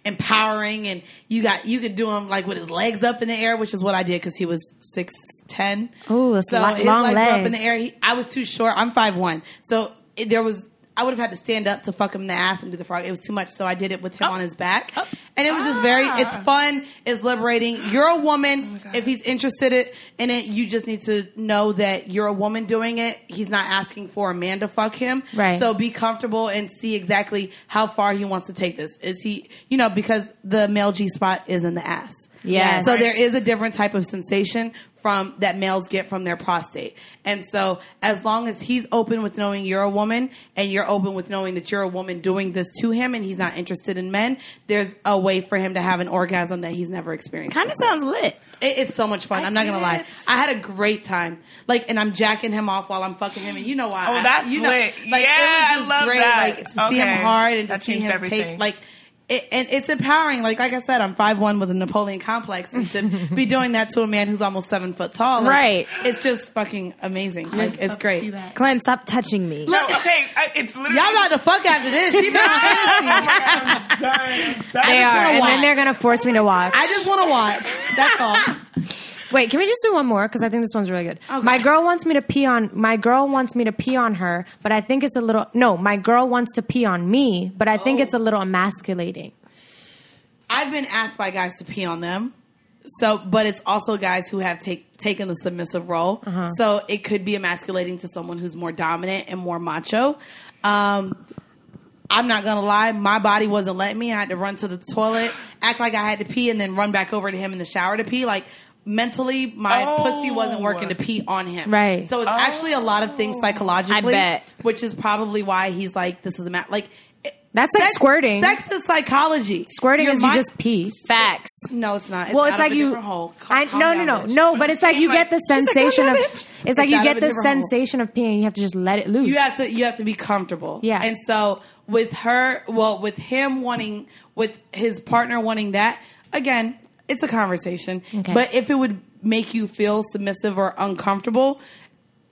Speaker 3: empowering, and you got you could do him like with his legs up in the air, which is what I did because he was six ten.
Speaker 2: Ooh, that's
Speaker 3: so
Speaker 2: lo-
Speaker 3: his
Speaker 2: long
Speaker 3: legs, were up in
Speaker 2: legs.
Speaker 3: the air. He, I was too short. I'm five one, so it, there was. I would have had to stand up to fuck him in the ass and do the frog. It was too much, so I did it with him on his back, and it was just very. It's fun. It's liberating. You're a woman. if he's interested i- in it, you just need to know that you're a woman doing it. He's not asking for a man to fuck him.
Speaker 2: Right.
Speaker 3: So be comfortable and see exactly how far he wants to take this. Is he, you know, because the male G spot is in the ass.
Speaker 2: Yes.
Speaker 3: So there is a different type of sensation from that males get from their prostate. And so as long as he's open with knowing you're a woman and you're open with knowing that you're a woman doing this to him and he's not interested in men, there's a way for him to have an orgasm that he's never experienced.
Speaker 1: Kind of sounds lit.
Speaker 3: It, it's so much fun. I am not gonna
Speaker 4: get
Speaker 3: lie.
Speaker 4: it.
Speaker 3: I had a great time. Like, and I'm jacking him off while I'm fucking him, and you know why?
Speaker 4: Oh,
Speaker 3: I-
Speaker 4: that's
Speaker 3: you know,
Speaker 4: lit.
Speaker 3: Like,
Speaker 4: Yeah,
Speaker 3: it was just
Speaker 4: I love
Speaker 3: great.
Speaker 4: that.
Speaker 3: Like to see him
Speaker 4: Okay.
Speaker 3: hard and to
Speaker 4: That
Speaker 3: see
Speaker 4: changed
Speaker 3: him
Speaker 4: everything.
Speaker 3: take like. It, and it's empowering. Like, like I said, I'm five one with a Napoleon complex, and to be doing that to a man who's almost seven foot tall, like,
Speaker 1: Right.
Speaker 3: It's just fucking amazing. Like, it's great. Y'all
Speaker 1: Glenn, stop touching me.
Speaker 4: No, okay, I, it's literally.
Speaker 3: about to fuck after this? She been fantasy.
Speaker 2: They are.
Speaker 3: gonna
Speaker 2: And then
Speaker 3: watch.
Speaker 2: they're going to force me to watch.
Speaker 3: I just want to watch. That's all.
Speaker 2: Wait, can we just do one more? Because I think this one's really good. My girl wants me to pee on my girl wants me to pee on her, but I think it's a little no. My girl wants to pee on me, but I think
Speaker 3: Oh.
Speaker 2: it's a little emasculating.
Speaker 3: I've been asked by guys to pee on them. So, but it's also guys who have take, taken the submissive role.
Speaker 2: Uh-huh.
Speaker 3: So it could be emasculating to someone who's more dominant and more macho. Um, I'm not gonna lie, my body wasn't letting me. I had to run to the toilet, act like I had to pee, and then run back over to him in the shower to pee. Like mentally, my
Speaker 4: Oh.
Speaker 3: pussy wasn't working to pee on him.
Speaker 2: Right. Oh.
Speaker 3: So it's actually a lot of things psychologically,
Speaker 1: bet.
Speaker 3: which is probably why he's like, "This is a ma-. like." it-
Speaker 2: That's like
Speaker 3: sex-
Speaker 2: squirting.
Speaker 3: Sex is psychology.
Speaker 2: Squirting
Speaker 3: Your
Speaker 2: is
Speaker 3: mi-
Speaker 2: you just pee.
Speaker 1: Facts.
Speaker 3: no, it's not.
Speaker 2: well, it's
Speaker 3: out of
Speaker 2: like
Speaker 3: a
Speaker 2: you.
Speaker 3: different hole. Cal-
Speaker 2: I,
Speaker 3: calm
Speaker 2: no, no,
Speaker 3: down,
Speaker 2: no,
Speaker 3: bitch.
Speaker 2: no. But it's like you get
Speaker 4: like-
Speaker 2: the
Speaker 4: she's like,
Speaker 2: sensation
Speaker 4: "Calm
Speaker 2: of.
Speaker 4: down,
Speaker 2: It's,
Speaker 4: bitch."
Speaker 2: like
Speaker 3: It's
Speaker 2: you
Speaker 3: "Oh, out
Speaker 2: get
Speaker 3: of a
Speaker 2: the
Speaker 3: different hole.
Speaker 2: sensation of peeing. You have to just let it loose.
Speaker 3: You have to. You have to be comfortable.
Speaker 2: Yeah.
Speaker 3: And so with her, well, with him wanting, with his partner wanting that again, it's a conversation.
Speaker 2: Okay.
Speaker 3: But if it would make you feel submissive or uncomfortable.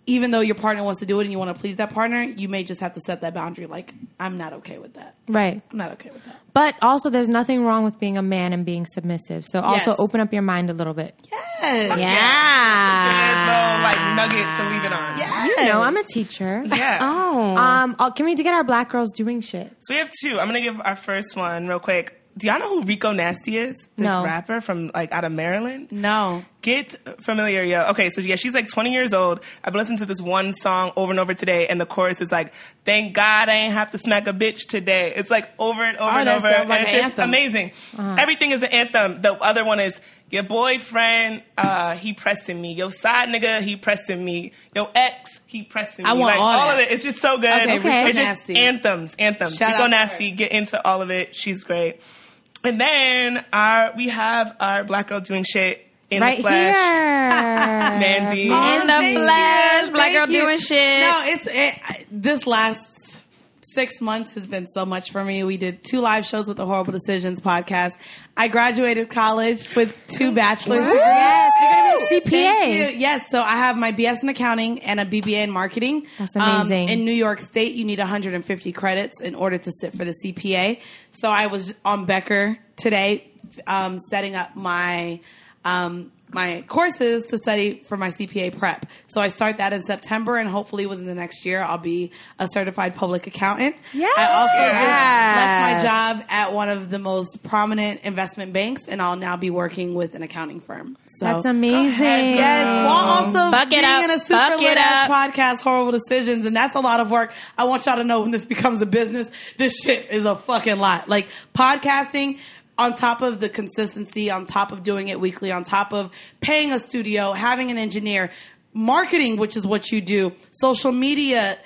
Speaker 3: even though your partner wants to do it and you want to please that partner, you may just have to set that boundary. Like, I'm not okay with that.
Speaker 2: Right.
Speaker 3: I'm not okay with that.
Speaker 2: But also, there's nothing wrong with being a man and being submissive. So also
Speaker 3: Yes.
Speaker 2: open up your mind a little bit.
Speaker 3: Yes.
Speaker 2: Yeah.
Speaker 4: That's a good little like nugget to leave it on.
Speaker 3: Yes.
Speaker 2: You know, I'm a teacher.
Speaker 4: Yeah.
Speaker 1: Oh.
Speaker 2: Um, oh, can we get our black girls doing shit?
Speaker 4: So we have two. I'm gonna give our first one real quick. Do y'all know who Rico Nasty is? This
Speaker 2: No.
Speaker 4: rapper from like out of Maryland.
Speaker 3: no.
Speaker 4: Get familiar, yo. Okay, so yeah, she's like 20 years old. I've listened to this one song over and over today, and the chorus is like, "Thank God I ain't have to smack a bitch today." It's like over and over
Speaker 3: Oh,
Speaker 4: and
Speaker 3: that
Speaker 4: over.
Speaker 3: sounds like
Speaker 4: and it's
Speaker 3: an
Speaker 4: just
Speaker 3: anthem. Uh-huh.
Speaker 4: amazing. Everything is an anthem. The other one is. Your boyfriend, uh, he pressing me. Yo side nigga, he pressing me. Yo ex, he pressing me.
Speaker 3: I want
Speaker 4: like,
Speaker 3: all
Speaker 4: of
Speaker 3: that.
Speaker 4: it. It's just so good.
Speaker 3: Okay,
Speaker 2: Okay. Rico
Speaker 4: It's just
Speaker 3: Nasty.
Speaker 4: anthems, anthems.
Speaker 3: Shout
Speaker 4: Rico
Speaker 3: out to her.
Speaker 4: Nasty, get into all of it. She's great. And then our we have our black girl doing shit in
Speaker 2: Right
Speaker 4: the flesh.
Speaker 2: here.
Speaker 4: Mandy.
Speaker 1: In the
Speaker 3: Oh, Thank you.
Speaker 1: flesh, black
Speaker 3: Thank
Speaker 1: girl
Speaker 3: you.
Speaker 1: doing shit.
Speaker 3: No, it's it, I- this last six months has been so much for me. We did two live shows with the Horrible Decisions podcast. I graduated college with two bachelor's degrees.
Speaker 2: Yes, you're gonna be a CPA.
Speaker 3: Thank you. Yes, so I have my BS in accounting and a BBA in marketing.
Speaker 2: That's
Speaker 3: Um,
Speaker 2: amazing.
Speaker 3: in New York State, you need 150 credits in order to sit for the CPA. So I was on Becker today, um, setting up my um, my courses to study for my CPA prep. So I start that in September, and hopefully within the next year, I'll be a certified public accountant. I also just
Speaker 1: Yes.
Speaker 3: left my job at one of the most prominent investment banks, and I'll now be working with an accounting firm. So
Speaker 2: That's amazing.
Speaker 3: Yes, while also
Speaker 1: Fuck it
Speaker 3: being
Speaker 1: up.
Speaker 3: in a super
Speaker 1: Fuck it
Speaker 3: lit
Speaker 1: up.
Speaker 3: ass podcast, horrible decisions, and that's a lot of work. I want y'all to know when this becomes a business, this shit is a fucking lot. Like podcasting, on top of the consistency, on top of doing it weekly, on top of paying a studio, having an engineer, marketing, which is what you do, social media.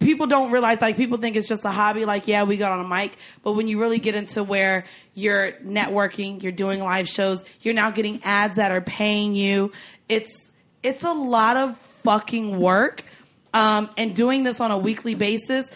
Speaker 3: People don't realize, like, people think it's just a hobby. Like, yeah, we got on a mic. But when you really get into where you're networking, you're doing live shows, you're now getting ads that are paying you. It's, it's a lot of fucking work. Um, and doing this on a weekly basis,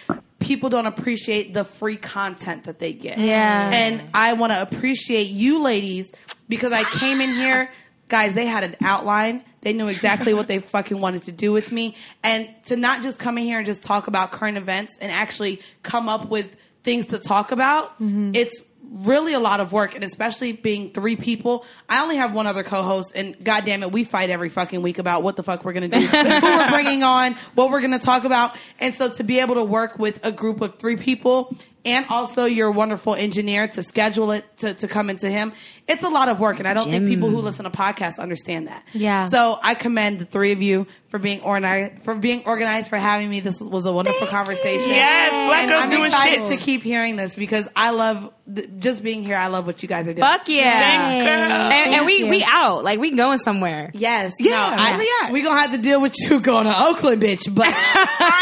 Speaker 3: people don't appreciate the free content that they get.
Speaker 2: Yeah.
Speaker 3: And I want to appreciate you ladies because I came in here, guys, they had an outline. They knew exactly what they fucking wanted to do with me. And to not just come in here and just talk about current events and actually come up with things to talk about, it's really a lot of work and especially being three people i only have one other co-host and god damn it we fight every fucking week about what the fuck we're gonna do who we're bringing on what we're gonna talk about and so to be able to work with a group of three people and also your wonderful engineer to schedule it to, to come into him it's a lot of work and i don't think people who listen to podcasts understand that
Speaker 2: Yeah.
Speaker 3: so i commend the three of you for being organized for being organized for having me this was a wonderful conversation
Speaker 4: Yes, black
Speaker 3: and
Speaker 4: girls
Speaker 3: I'm
Speaker 4: doing
Speaker 3: excited
Speaker 4: shit.
Speaker 3: to keep hearing this because I love th- just being here. I love what you guys are doing.
Speaker 1: Fuck yeah.
Speaker 4: Thank girl.
Speaker 1: And, and we
Speaker 2: you.
Speaker 1: we out. Like we going somewhere.
Speaker 3: Yes. no,
Speaker 4: Yeah.
Speaker 3: I, we gonna have to deal with you going to Oakland, bitch. But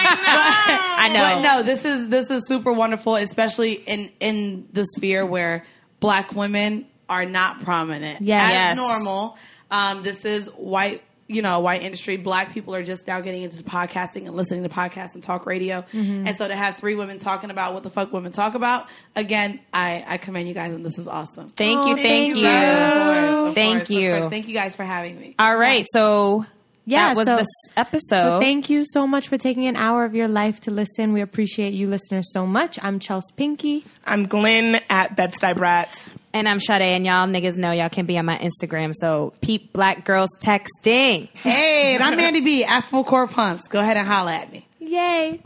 Speaker 1: I know.
Speaker 3: but no, this is this is super wonderful, especially in in the sphere where black women are not prominent
Speaker 2: Yes.
Speaker 3: as
Speaker 1: Yes.
Speaker 3: normal. Um, this is white. You know, white industry, black people are just now getting into podcasting and listening to podcasts and talk radio. And so to have three women talking about what the fuck women talk about, again, I, I commend you guys and this is awesome.
Speaker 1: Thank you,
Speaker 2: Oh,
Speaker 1: thank,
Speaker 2: thank
Speaker 1: you.
Speaker 2: you.
Speaker 3: Of course, of
Speaker 1: Thank
Speaker 3: course, of
Speaker 1: you.
Speaker 3: course. Thank you guys for having me.
Speaker 1: All right, so
Speaker 2: Yeah,
Speaker 1: that was
Speaker 2: so-
Speaker 1: this episode.
Speaker 2: So thank you so much for taking an hour of your life to listen. We appreciate you listeners so much. I'm Chelsea Pinky.
Speaker 4: I'm Glenn at Bedstuy Brats.
Speaker 1: and I'm Sade, and y'all niggas know y'all can be on my Instagram. So peep black girls texting.
Speaker 3: Hey, and I'm Mandy B at Full Core Pumps. Go ahead and holla at me.
Speaker 2: Yay.